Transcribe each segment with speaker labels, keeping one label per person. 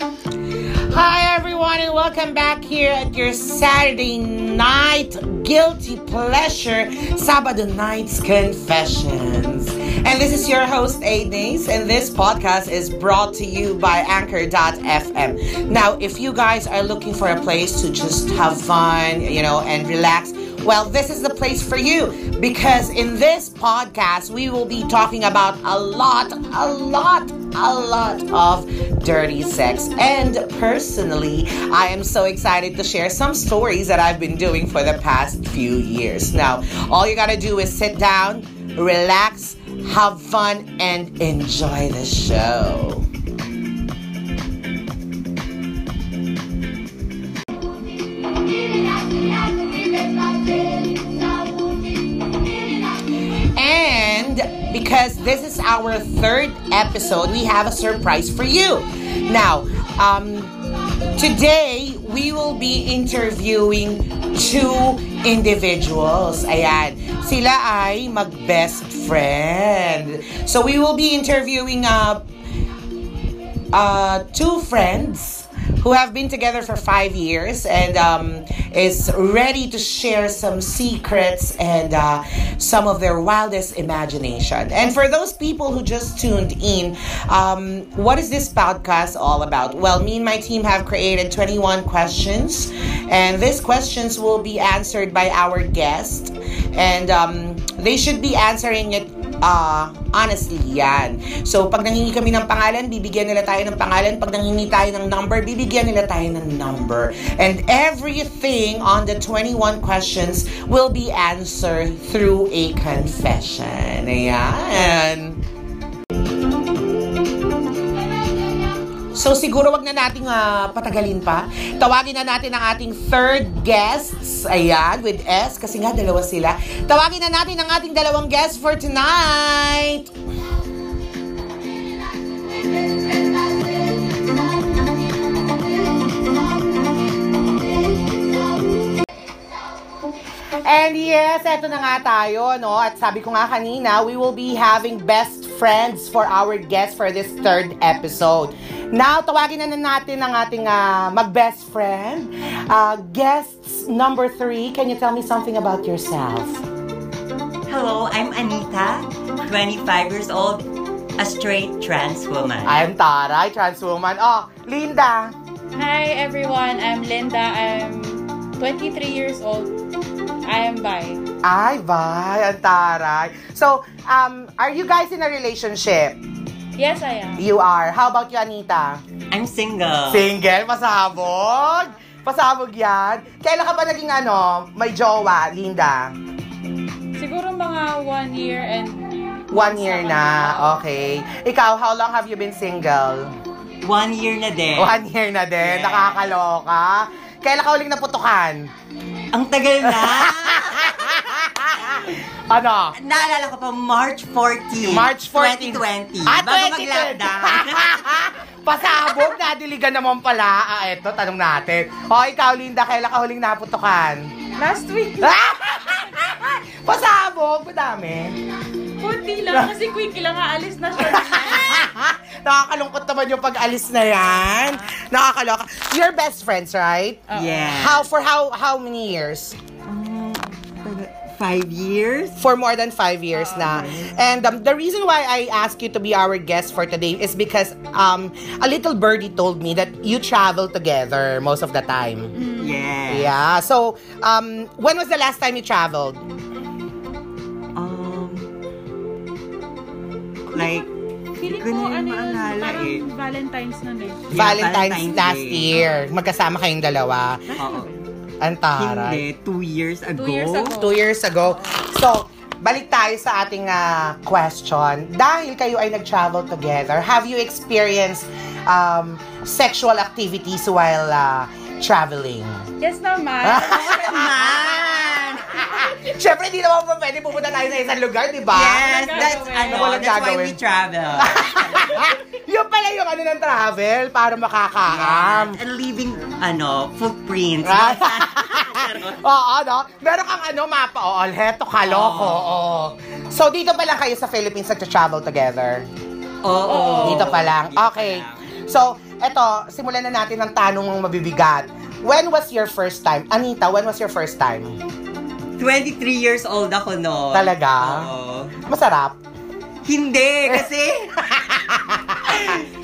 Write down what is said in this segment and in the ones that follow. Speaker 1: Hi, everyone, and welcome back here at your Saturday night guilty pleasure, Sabado Night's Confessions. And this is your host, Aidnes, and this podcast is brought to you by Anchor.fm. Now, if you guys are looking for a place to just have fun, you know, and relax, well, this is the place for you because in this podcast, we will be talking about a lot, a lot, a lot of dirty sex. And personally, I am so excited to share some stories that I've been doing for the past few years. Now, all you gotta do is sit down, relax, have fun, and enjoy the show. And because this is our third episode, we have a surprise for you. Now, um, today we will be interviewing two individuals. Ayan. Sila ay mag-best friend. So we will be interviewing uh, uh, two friends who have been together for five years and um, is ready to share some secrets and uh, some of their wildest imagination. And for those people who just tuned in, um, what is this podcast all about? Well, me and my team have created 21 questions, and these questions will be answered by our guest, and um, they should be answering it Ah, honestly, yan. So, pag nangingi kami ng pangalan, bibigyan nila tayo ng pangalan. Pag nangingi tayo ng number, bibigyan nila tayo ng number. And everything on the 21 questions will be answered through a confession. Ayan. So siguro wag na nating ah, patagalin pa. Tawagin na natin ang ating third guests. Ayan, with S. Kasi nga dalawa sila. Tawagin na natin ang ating dalawang guests for tonight. And yes, eto na nga tayo, no? At sabi ko nga kanina, we will be having best friends for our guests for this third episode. Now, tawagin na, na natin ang ating ah, mag-best friend. Ah, guests number three, can you tell me something about yourself?
Speaker 2: Hello, I'm Anita, 25 years old, a straight trans woman.
Speaker 1: I'm Taray, trans woman. Oh, Linda.
Speaker 3: Hi everyone, I'm Linda. I'm 23 years old. I am bi.
Speaker 1: Ay, bye. Ang taray. So, um, are you guys in a relationship?
Speaker 3: Yes, I am.
Speaker 1: You are. How about you, Anita?
Speaker 2: I'm single.
Speaker 1: Single? Pasabog? Pasabog yan. Kailan ka ba naging ano, may jowa, Linda?
Speaker 3: Siguro mga one year and
Speaker 1: One year na. Okay. Ikaw, how long have you been single?
Speaker 2: One year na din.
Speaker 1: One year na din.
Speaker 2: Yes.
Speaker 1: Nakakaloka. Kailan ka uling naputukan?
Speaker 2: Ang tagal na.
Speaker 1: Ano?
Speaker 2: Naalala ko pa, March 14.
Speaker 1: March 14.
Speaker 2: 2020.
Speaker 1: Ah,
Speaker 2: bago
Speaker 1: 2020.
Speaker 2: mag-lockdown.
Speaker 1: Pasabog, nadiligan naman pala. Ah, eto, tanong natin. O, ikaw, Linda, kailan ka huling naputukan?
Speaker 3: last week.
Speaker 1: Pasabog, madami.
Speaker 3: Kunti lang kasi quick lang aalis na siya.
Speaker 1: Nakakalungkot naman yung pag-alis na yan. Nakakaloka. You're best friends, right?
Speaker 3: Oo.
Speaker 2: yeah.
Speaker 1: Uh, How, for how, how many years?
Speaker 2: Five years?
Speaker 1: for more than five years na. And um, the reason why I asked you to be our guest for today is because um, a little birdie told me that you travel together most of the
Speaker 2: Mm-hmm.
Speaker 1: time.
Speaker 2: Yeah.
Speaker 1: Hmm. Yeah. So, um, when was the last time you traveled?
Speaker 2: Um, like,
Speaker 3: Feeling
Speaker 2: Hindi ko
Speaker 3: ko
Speaker 2: na
Speaker 3: ano yun,
Speaker 2: maalala
Speaker 3: parang
Speaker 2: eh.
Speaker 3: Valentine's nun eh.
Speaker 2: yeah,
Speaker 1: Valentine's last year. Magkasama kayong dalawa.
Speaker 2: Oo.
Speaker 1: Ang taray.
Speaker 2: Hindi, two years ago.
Speaker 3: Two years ago.
Speaker 1: Two years ago. So, balik tayo sa ating ah, question. Dahil kayo ay nag-travel together, have you experienced um, sexual activities while ah, traveling?
Speaker 3: Yes naman.
Speaker 2: Ah. Man!
Speaker 1: Siyempre, hindi naman po pwede pupunta tayo sa isang lugar, di ba?
Speaker 2: Yes, that's, ano,
Speaker 3: gagawin?
Speaker 1: Ano Ah. walang
Speaker 2: that's why we
Speaker 1: gagawin?
Speaker 2: travel.
Speaker 1: Yun pala yung ano ng travel para makakaam.
Speaker 2: And leaving, ano, footprints.
Speaker 1: Right? Oo, no? Meron kang ano, mapa. Oo, heto, kaloko. Oo. So, dito pa lang kayo sa Philippines nag-travel together?
Speaker 2: Oo.
Speaker 3: Oo.
Speaker 1: Dito pa lang.
Speaker 2: Dito pa
Speaker 1: Okay.
Speaker 2: lang.
Speaker 1: So, eto, simulan na natin ng tanong mabibigat. When was your first time? Anita, when was your first time?
Speaker 2: 23 years old ako noon.
Speaker 1: Talaga?
Speaker 2: Oo.
Speaker 1: Masarap.
Speaker 2: Hindi, kasi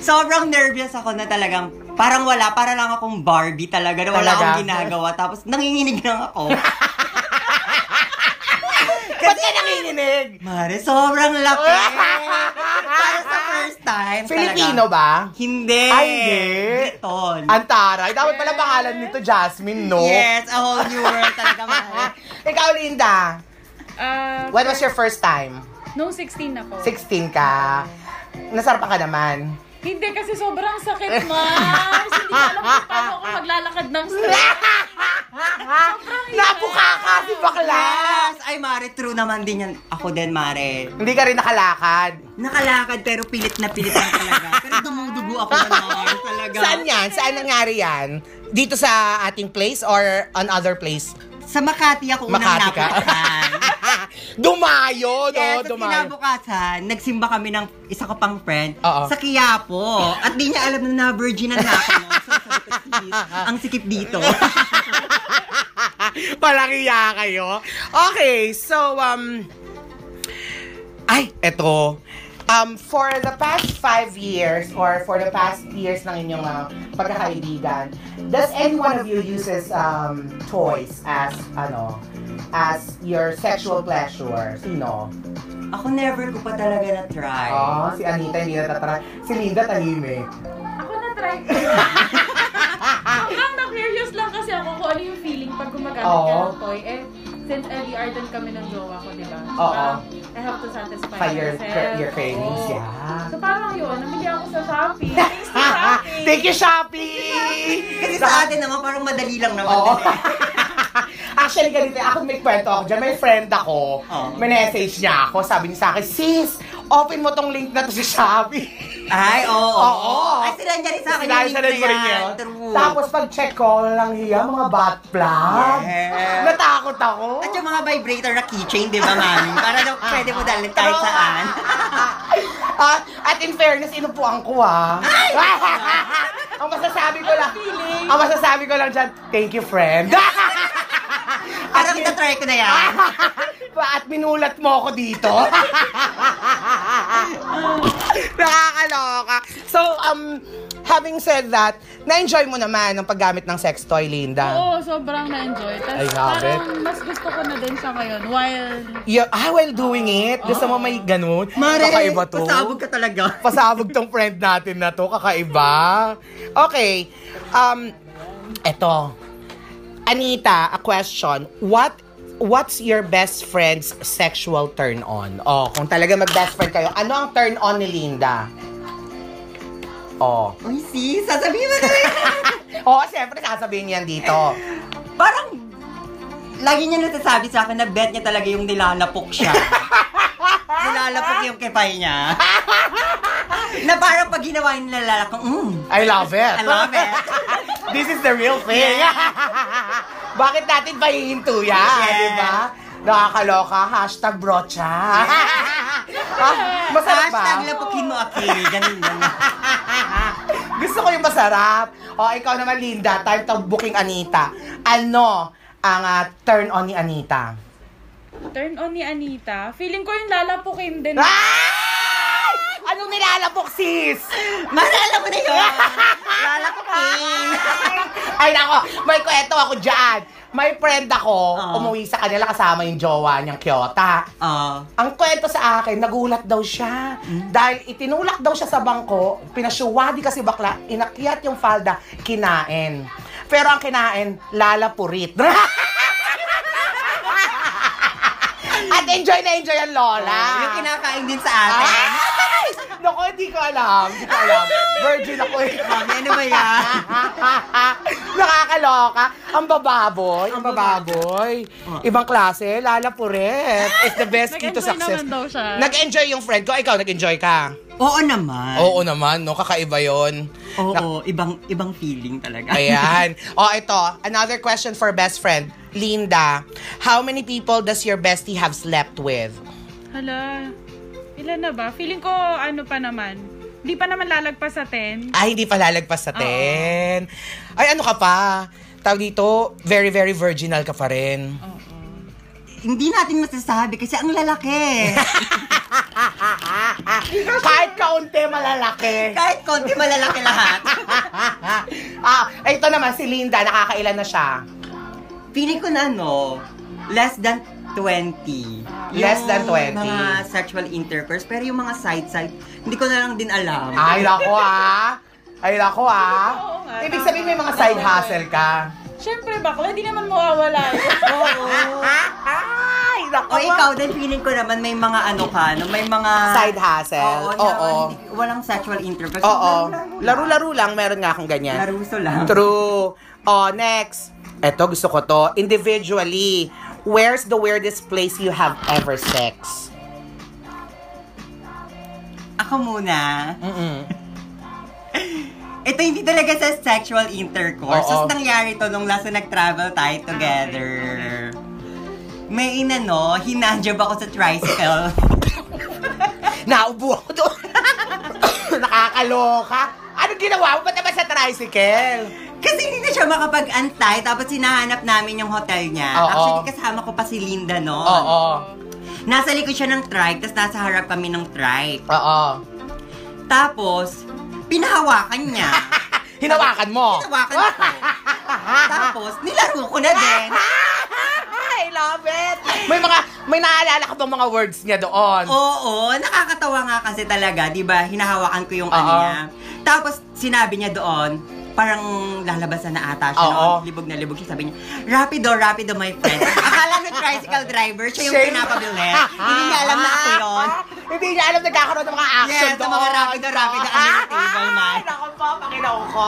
Speaker 2: sobrang nervous ako na talagang parang wala, para lang akong Barbie talaga na wala
Speaker 1: Talaga?
Speaker 2: akong ginagawa. Tapos nanginginig lang ako.
Speaker 1: Ba't ka nanginginig?
Speaker 2: Mare, sobrang laki. Para sa first time.
Speaker 1: Filipino
Speaker 2: talaga.
Speaker 1: ba?
Speaker 2: Hindi.
Speaker 1: Ay, hindi. Ano?
Speaker 2: Briton.
Speaker 1: Antara. Ay, dapat pala pangalan nito Jasmine, no?
Speaker 2: Yes, a whole new world talaga, Mare.
Speaker 1: Ikaw, Linda,
Speaker 3: Ah,
Speaker 1: when was your first time?
Speaker 3: Nung 16 ako.
Speaker 1: 16 ka. Nasarapan ka naman.
Speaker 3: Hindi kasi sobrang sakit, Mars. Hindi ko alam kung paano ako maglalakad ng straight.
Speaker 1: Napuka ka si bakla!
Speaker 2: Yes! Ay, Mare, true naman din yan. Ako din, Mare.
Speaker 1: Hindi ka rin nakalakad.
Speaker 2: Nakalakad pero pilit na pilit lang talaga. Pero dumudugo ako na Mare, talaga.
Speaker 1: Saan yan? Saan nangyari yan? Dito sa ating place or on other place?
Speaker 2: Sa Makati ako unang
Speaker 1: Makati ka?
Speaker 2: napuntahan.
Speaker 1: Dumayo, no?
Speaker 2: Yes, at
Speaker 1: Dumayo.
Speaker 2: kinabukasan, nagsimba kami ng isa ko pang friend
Speaker 1: Oo.
Speaker 2: sa Quiapo. At di niya alam na na-virginan na ako. No? So, sabi ko, "Sis, ang sikip dito.
Speaker 1: Palakiya kayo. Okay, so, um, ay, eto. Um, for the past five years or for the past years ng inyong uh, pagkakaibigan, does any one of you uses um, toys as, ano, as your sexual pleasure? Sino?
Speaker 2: ako never ko pa talaga na-try.
Speaker 1: Oh, si Anita hindi natatara. Si Linda tahimik.
Speaker 3: Ako na-try ko.
Speaker 1: Ah.
Speaker 3: Hanggang na-curious lang kasi ako kung ano yung feeling pag gumagamit ka
Speaker 1: Oo.
Speaker 3: ng toy. Eh, since LDR din kami ng jowa ko, di ba? So,
Speaker 1: Oo.
Speaker 3: parang I have to satisfy
Speaker 1: By your,
Speaker 3: myself.
Speaker 1: your cravings,
Speaker 3: Oo.
Speaker 1: yeah.
Speaker 3: So parang yun, namili ako sa Shopee. Thanks to Shopee.
Speaker 1: Thank you, Shopee!
Speaker 2: Kasi sa atin naman, parang madali lang naman.
Speaker 1: Oo.
Speaker 2: Diba?
Speaker 1: Actually, ganito. Ako may kwento ako dyan. May friend ako.
Speaker 2: Oo.
Speaker 1: May message niya ako. Sabi niya sa akin, Sis, open mo tong link na to sa Shopee.
Speaker 2: Ay, oo.
Speaker 1: Oo.
Speaker 2: Ay, sila niya rin sa akin.
Speaker 1: Sinabi
Speaker 2: yung
Speaker 1: sa
Speaker 2: link
Speaker 1: rin ko
Speaker 2: na
Speaker 1: rin
Speaker 2: yan.
Speaker 1: yun.
Speaker 2: True.
Speaker 1: Tapos pag-check ko, lang hiya, mga bat plug.
Speaker 2: Yes.
Speaker 1: Natakot ako.
Speaker 2: At yung mga vibrator na keychain, di ba, mami? Para daw pwede mo dalhin kahit saan.
Speaker 1: Ah, at in fairness, inupuan ko ah. ang masasabi ko lang, ang masasabi ko lang dyan, thank you friend.
Speaker 2: Parang itatry ko na
Speaker 1: Ah.
Speaker 2: yan.
Speaker 1: At minulat mo ako dito. Nakakaloka. So, um, having said that, na-enjoy mo naman ang paggamit ng sex toy, Linda.
Speaker 3: Oo, sobrang na-enjoy.
Speaker 1: I
Speaker 3: Tapos
Speaker 1: love
Speaker 3: parang mas gusto ko na din siya ngayon while
Speaker 1: Yeah, ah, while doing it, gusto mo may ganun?
Speaker 2: Mare,
Speaker 1: Kakaiba to.
Speaker 2: pasabog ka talaga.
Speaker 1: Pasabog tong friend natin na to, kakaiba. Okay, um, eto. Anita, a question. What What's your best friend's sexual turn-on? Oh, kung talaga mag-best friend kayo, ano ang turn-on ni Linda? Oh.
Speaker 2: Uy, sis, sasabihin mo na yun.
Speaker 1: Oo, oh, siyempre sasabihin niyan dito.
Speaker 2: Parang, lagi niya natasabi sa akin na bet niya talaga yung nilalapok siya. nilalapok yung kipay niya. na parang pag ginawa yung nilalakang, mm,
Speaker 1: I love it.
Speaker 2: I love it.
Speaker 1: This is the real thing. Bakit natin pahihinto yan,
Speaker 2: Yes.
Speaker 1: di ba? Nakakaloka. Hashtag brocha. Ah, masarap ba?
Speaker 2: Hashtag lapukin mo, okay. Ganun lang.
Speaker 1: Gusto ko yung masarap. O, ikaw naman, Linda. Time to booking Anita. Ano ang ah, turn on ni Anita?
Speaker 3: turn on ni Anita, feeling ko yung lalapukin din.
Speaker 1: Ah! Anong nilalapok, sis?
Speaker 2: Mara, alam mo na yun. Lalapukin.
Speaker 1: Ay, nako. May kwento ako dyan. May friend ako,
Speaker 2: Oo.
Speaker 1: umuwi sa kanila kasama yung jowa niyang Kiyota.
Speaker 2: Oo.
Speaker 1: Ang kwento sa akin, nagulat daw siya. Dahil itinulak daw siya sa bangko, pinasyuwadi kasi bakla, inakyat yung falda, kinain. Pero ang kinain, lalapurit. At At enjoy na enjoy ang Lola.
Speaker 2: Oh, Yung kinakain din sa atin.
Speaker 1: Ay! Naku, hindi ko alam. Hindi ko alam. Virgin ako eh.
Speaker 2: Mami, ano ba yan?
Speaker 1: Nakakaloka. Ang bababoy. Ang bababoy. Ibang klase. Lala Puret. It's the best key to
Speaker 3: Nag-enjoy
Speaker 1: success.
Speaker 3: naman daw siya.
Speaker 1: Nag-enjoy yung friend ko. Ikaw, nag-enjoy ka.
Speaker 2: Oo naman.
Speaker 1: Oo naman, no? Kakaiba yon.
Speaker 2: Oo, ibang ibang feeling talaga.
Speaker 1: Ayan. O, ito. Another question for best friend. Linda, how many people does your bestie have slept with?
Speaker 3: Hala, ilan na ba? Feeling ko, ano pa naman, hindi pa naman lalagpas sa 10.
Speaker 1: Ay, Ah, hindi pa lalagpas sa 10. Ay, ano ka pa? Tawag dito, very, very virginal ka pa rin.
Speaker 2: Hindi natin masasabi kasi ang lalaki.
Speaker 1: Kahit kaunti, malalaki.
Speaker 2: Kahit konti malalaki lahat.
Speaker 1: ah, ito naman, si Linda, nakakailan na siya?
Speaker 2: Feeling ko na ano, less than 20.
Speaker 1: Less than 20.
Speaker 2: Mga sexual intercourse. Pero yung mga side-side, hindi ko na lang din alam.
Speaker 1: Ay, nako ah. Ay, nako ah.
Speaker 3: Oo nga,
Speaker 1: Ibig
Speaker 3: tama.
Speaker 1: sabihin may mga side hustle ka.
Speaker 3: Siyempre, bakla, hindi naman mawawala. yun.
Speaker 2: Oo.
Speaker 1: Ay, nako.
Speaker 2: O Oh, ikaw din, feeling ko naman may mga ano ka, no? may mga...
Speaker 1: Side hustle.
Speaker 2: Oo. na-
Speaker 1: Oo.
Speaker 2: hindi- walang sexual intercourse.
Speaker 1: Oo.
Speaker 2: Laro-laro.
Speaker 1: Laro-laro lang, meron nga akong ganyan.
Speaker 2: Laruso lang.
Speaker 1: True. Oh, next. Eto, gusto ko to. Individually, where's the weirdest place you have ever sex?
Speaker 2: Ako muna.
Speaker 1: Mm-mm.
Speaker 2: Ito hindi talaga sa sexual intercourse.
Speaker 1: Oo.
Speaker 2: Tapos nangyari to nung last na nag-travel tayo together. May inano, hinanjab ako sa tricycle.
Speaker 1: Naubo ako doon. Nakakaloka. Ano ginawa mo? Ba't naman sa tricycle?
Speaker 2: Kasi hindi na siya makapag-antay. Tapos hinahanap namin yung hotel niya.
Speaker 1: Oo.
Speaker 2: Actually, kasama ko pa si Linda noon.
Speaker 1: Oo.
Speaker 2: Nasa likod siya ng trike, tapos nasa harap kami ng trike.
Speaker 1: Oo.
Speaker 2: Tapos, pinahawakan niya.
Speaker 1: Hinawakan mo.
Speaker 2: Hinawakan ko. tapos, nilaro ko na din.
Speaker 1: I love it. May mga, may naalala ka bang mga words niya doon?
Speaker 2: Oo, nakakatawa nga kasi talaga, 'di ba? Hinahawakan ko yung ano
Speaker 1: Oo.
Speaker 2: niya. Tapos sinabi niya doon, parang lalabasan na ata siya.
Speaker 1: Oo.
Speaker 2: no? Libog na libog siya. Sabi niya, rapido, rapido, my friend. Akala ng tricycle driver, siya yung
Speaker 1: Shame.
Speaker 2: pinapabili. Hindi niya alam na ako yun.
Speaker 1: Hindi niya alam nagkakaroon ng mga action
Speaker 2: Yes, ng mga
Speaker 1: doon.
Speaker 2: rapido-rapido under the table, man.
Speaker 1: Ay, Nako po, pakinaw ko.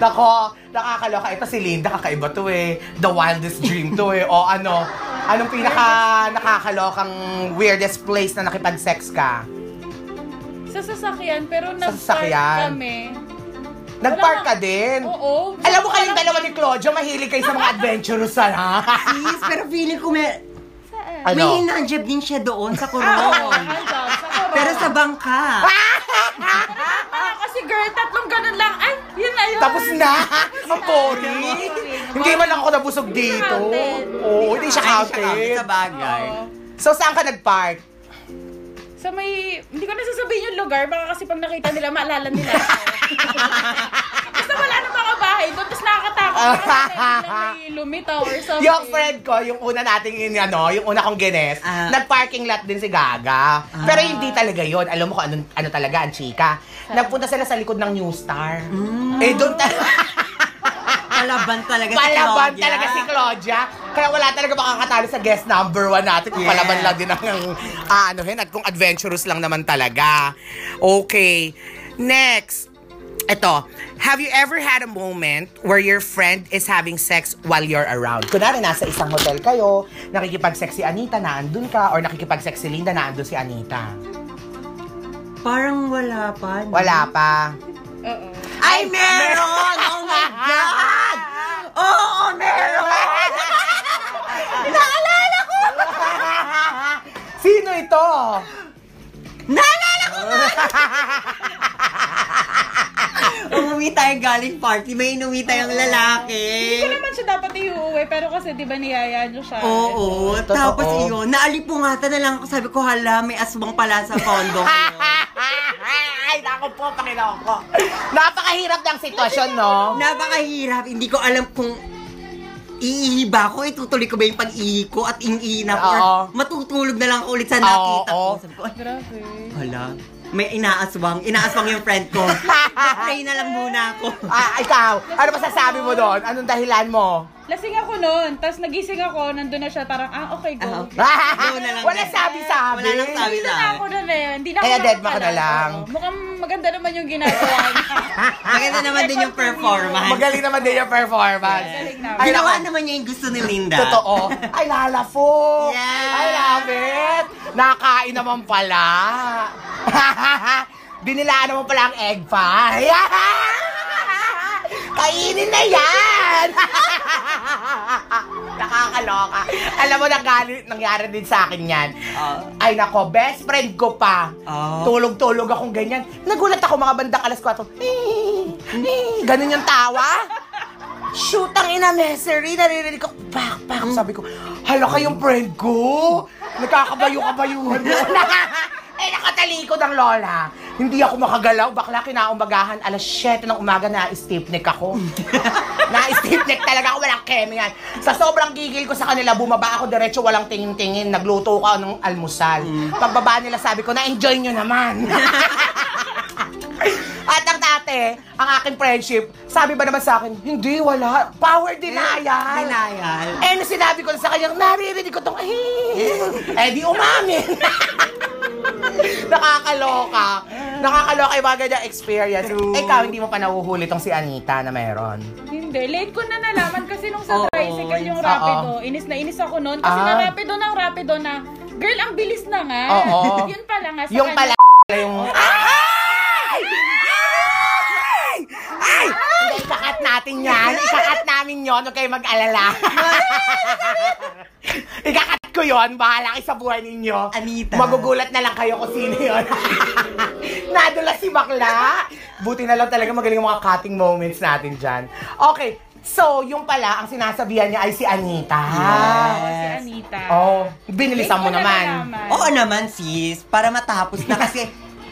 Speaker 1: Nako, nakakaloka. Ito si Linda, kakaiba to eh. The wildest dream to eh. O ano, anong pinaka nakakalokang weirdest place na nakipag-sex ka?
Speaker 3: sa sasakyan, pero nag
Speaker 1: sasakyan.
Speaker 3: kami.
Speaker 1: Nagpark
Speaker 3: Wala.
Speaker 1: ka din?
Speaker 3: Oo.
Speaker 1: Alam mo kayong dalawa ni Claudio, mahilig kayo sa mga adventurous, ah, ha?
Speaker 2: Sis, pero feeling ko may,
Speaker 3: Saan?
Speaker 2: may
Speaker 1: Ano?
Speaker 2: hinanjab din siya doon sa
Speaker 3: Ah, oo,
Speaker 2: koron.
Speaker 3: ang dog, sa corona.
Speaker 2: pero sa bangka.
Speaker 3: Ah, kasi girl, tatlong ganun lang. Ay, yun na yun.
Speaker 1: Tapos na! Ang boring! Hindi man lang ako nabusog dito.
Speaker 3: counted.
Speaker 1: Oo, hindi siya
Speaker 2: Ay, siya kami
Speaker 1: counted.
Speaker 2: sa bagay.
Speaker 3: Oo.
Speaker 1: So, saan ka nagpark?
Speaker 3: Sa may, hindi ko nasasabihin yung lugar, baka kasi pag nakita nila, maalala nila ako. Basta wala na mga bahay doon, tapos nakakatakot na kasi may lumitaw or something.
Speaker 1: Yung friend ko, yung una nating in, ano, yung una kong gines,
Speaker 2: Ah.
Speaker 1: nag-parking lot din si Gaga. Pero hindi talaga yon. Alam mo kung ano, ano talaga ang chika. Nagpunta sila sa likod ng New Star. Eh, doon talaga.
Speaker 2: Palaban talaga si
Speaker 1: Palaban
Speaker 2: Claudia.
Speaker 1: talaga si Claudia. Kaya wala talaga makakatalo sa guest number one natin. Kung
Speaker 2: Yes.
Speaker 1: palaban lang din ang ah, ano hen at kung adventurous lang naman talaga. Okay. Next. Ito, have you ever had a moment where your friend is having sex while you're around? Kunwari, nasa isang hotel kayo, nakikipag-sex si Anita, naandun ka, or nakikipag-sex si Linda, naandun si Anita.
Speaker 2: Parang wala pa. no?
Speaker 1: Wala pa.
Speaker 3: Oo.
Speaker 2: Ay, meron! Oh my God! Oo, oh, meron! Naalala ko!
Speaker 1: Sino ito?
Speaker 2: Naalala ko ba? Umuwi tayo galing party, may inuwi tayong lalaki.
Speaker 3: Hindi ko naman siya dapat iuwi, pero kasi di ba niyayaan niyo siya.
Speaker 2: Oo,
Speaker 1: Totoo.
Speaker 2: tapos iyon, naalipungatan na lang ako. Sabi ko, hala, may aswang pala sa condo.
Speaker 1: Ay, naku po, Panginoon ko. Napakahirap ng sitwasyon, no?
Speaker 2: Napakahirap, hindi ko alam kung iihi ba ako, itutuloy ko ba yung pag-ihi ko at ing-ihi na ako, or
Speaker 1: Oo.
Speaker 2: matutulog na lang ako ulit sa
Speaker 1: Oo.
Speaker 2: nakita ko. Sabi ko, "Ay,
Speaker 3: Grabe.
Speaker 2: Hala. may inaaswang. Inaaswang yung friend ko. Pray na lang muna ako.
Speaker 1: Ah, ikaw, ano masasabi mo doon? Anong dahilan mo?
Speaker 3: Lasing ako noon, tapos nagising ako, nandun na siya, parang, ah, okay, go.
Speaker 2: Ah, okay. Go na lang
Speaker 1: Wala
Speaker 2: din.
Speaker 1: sabi-sabi.
Speaker 2: Wala lang sabi
Speaker 3: Hindi
Speaker 2: sa
Speaker 3: na lang
Speaker 2: akin.
Speaker 3: ako na eh. Hindi na ako
Speaker 1: Kaya dead ma ka na
Speaker 3: nakakalat.
Speaker 1: lang.
Speaker 3: Oo. Mukhang maganda naman yung ginagawa niya.
Speaker 2: Maganda naman din yung performance.
Speaker 1: Magaling naman din yung performance.
Speaker 3: Magaling naman.
Speaker 1: Ay,
Speaker 2: Ginawa
Speaker 1: nako.
Speaker 2: naman niya yung gusto ni Linda.
Speaker 1: Totoo. Ay, lalafo.
Speaker 2: Yes.
Speaker 1: I love it. Nakain naman pala. Binilaan naman pala ang egg pie. Kainin na yan! Nakakaloka. Alam mo, nangyari, nangyari din sa akin yan.
Speaker 2: Ah.
Speaker 1: Ay nako, best friend ko pa.
Speaker 2: Ah.
Speaker 1: Tulog-tulog akong ganyan. Nagulat ako mga bandang alas 4. Ganun yung tawa. Shoot, ang ina misery. Naririnig ko, pak, pak. Sabi ko, hala kayong friend ko. Nagkakabayo-kabayuhan mo. eh, nakatalikod ang lola. Hindi ako makagalaw. Bakla, kinaumagahan. Alas 7 ng umaga, na-stiff neck ako. na-stiff neck talaga ako. Walang kemingan. Sa sobrang gigil ko sa kanila, bumaba ako diretso, walang tingin-tingin. Nagluto ko ng almusal. Pagbaba nila, sabi ko, na-enjoy nyo naman. At ang tate, ang aking friendship, sabi ba naman sa akin, hindi, wala. Power denial.
Speaker 2: Denial.
Speaker 1: Eh, nung sinabi ko na sa kanya, naririnig ko tong, eh, eh di umamin. Nakakaloka. Nakakaloka yung mga ganyang experience.
Speaker 2: True.
Speaker 1: Ikaw, hindi mo pa nahuhuli tong si Anita na meron.
Speaker 3: Hindi, late ko na nalaman kasi nung sa
Speaker 2: Oo,
Speaker 3: tricycle yung
Speaker 2: oo.
Speaker 3: rapido. Inis na inis ako noon kasi
Speaker 1: Ah.
Speaker 3: na rapido ng rapido na, girl, ang bilis na nga.
Speaker 1: Oo.
Speaker 3: Yun pala nga. sa
Speaker 1: yung
Speaker 3: kanya.
Speaker 1: pala yung... Ay! Ay! Ay! Hindi, Ikakat natin yan. Ikakat namin yon. Huwag kayo mag-alala. Ikakat ko yon. Bahala kayo sa buhay ninyo.
Speaker 2: Anita.
Speaker 1: Magugulat na lang kayo kung sino yon. Nadula si bakla. Buti na lang talaga magaling ang mga cutting moments natin dyan. Okay. So, yung pala, ang sinasabihan niya ay si Anita.
Speaker 3: Oo, si Anita.
Speaker 1: Oh, binilisan
Speaker 3: Late
Speaker 1: mo
Speaker 3: ko na
Speaker 1: naman.
Speaker 3: nalaman.
Speaker 2: Oo naman sis, para matapos na kasi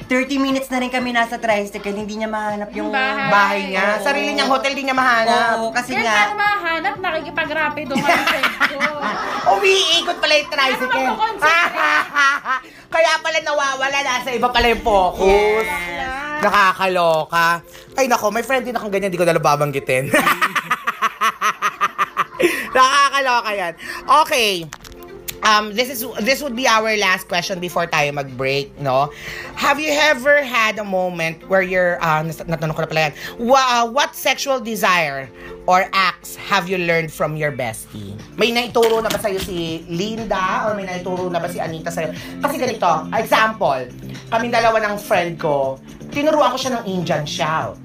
Speaker 2: 30 minutes na rin kami nasa tricycle, hindi niya mahanap yung
Speaker 3: Bahay.
Speaker 1: bahay niya.
Speaker 2: Oo.
Speaker 1: Sarili niyang hotel di niya mahanap.
Speaker 2: Oo, kasi
Speaker 3: Girl, paano
Speaker 2: nga,
Speaker 3: mahanap? Nakikipag-rapido ka ng friend ko.
Speaker 1: Umiikot Ah, pala yung tricycle.
Speaker 3: Ano ba makoconcentrate?
Speaker 1: Kaya pala nawawala. Nasa iba pala yung focus. Nakakaloka. Ay nako, may friend din akong ganyan. Di ko na babanggitin. Nakakaloka yan. Okay. Um, this is this would be our last question before tayo mag-break, no? Have you ever had a moment where you're uh, nas- natanong ko na pala yan. Wa- uh, what sexual desire or acts have you learned from your bestie? May naituro na ba sa'yo si Linda or may naituro na ba si Anita sa'yo? Kasi ganito, example, kami dalawa ng friend ko, tinuruan ko siya ng Indian shout.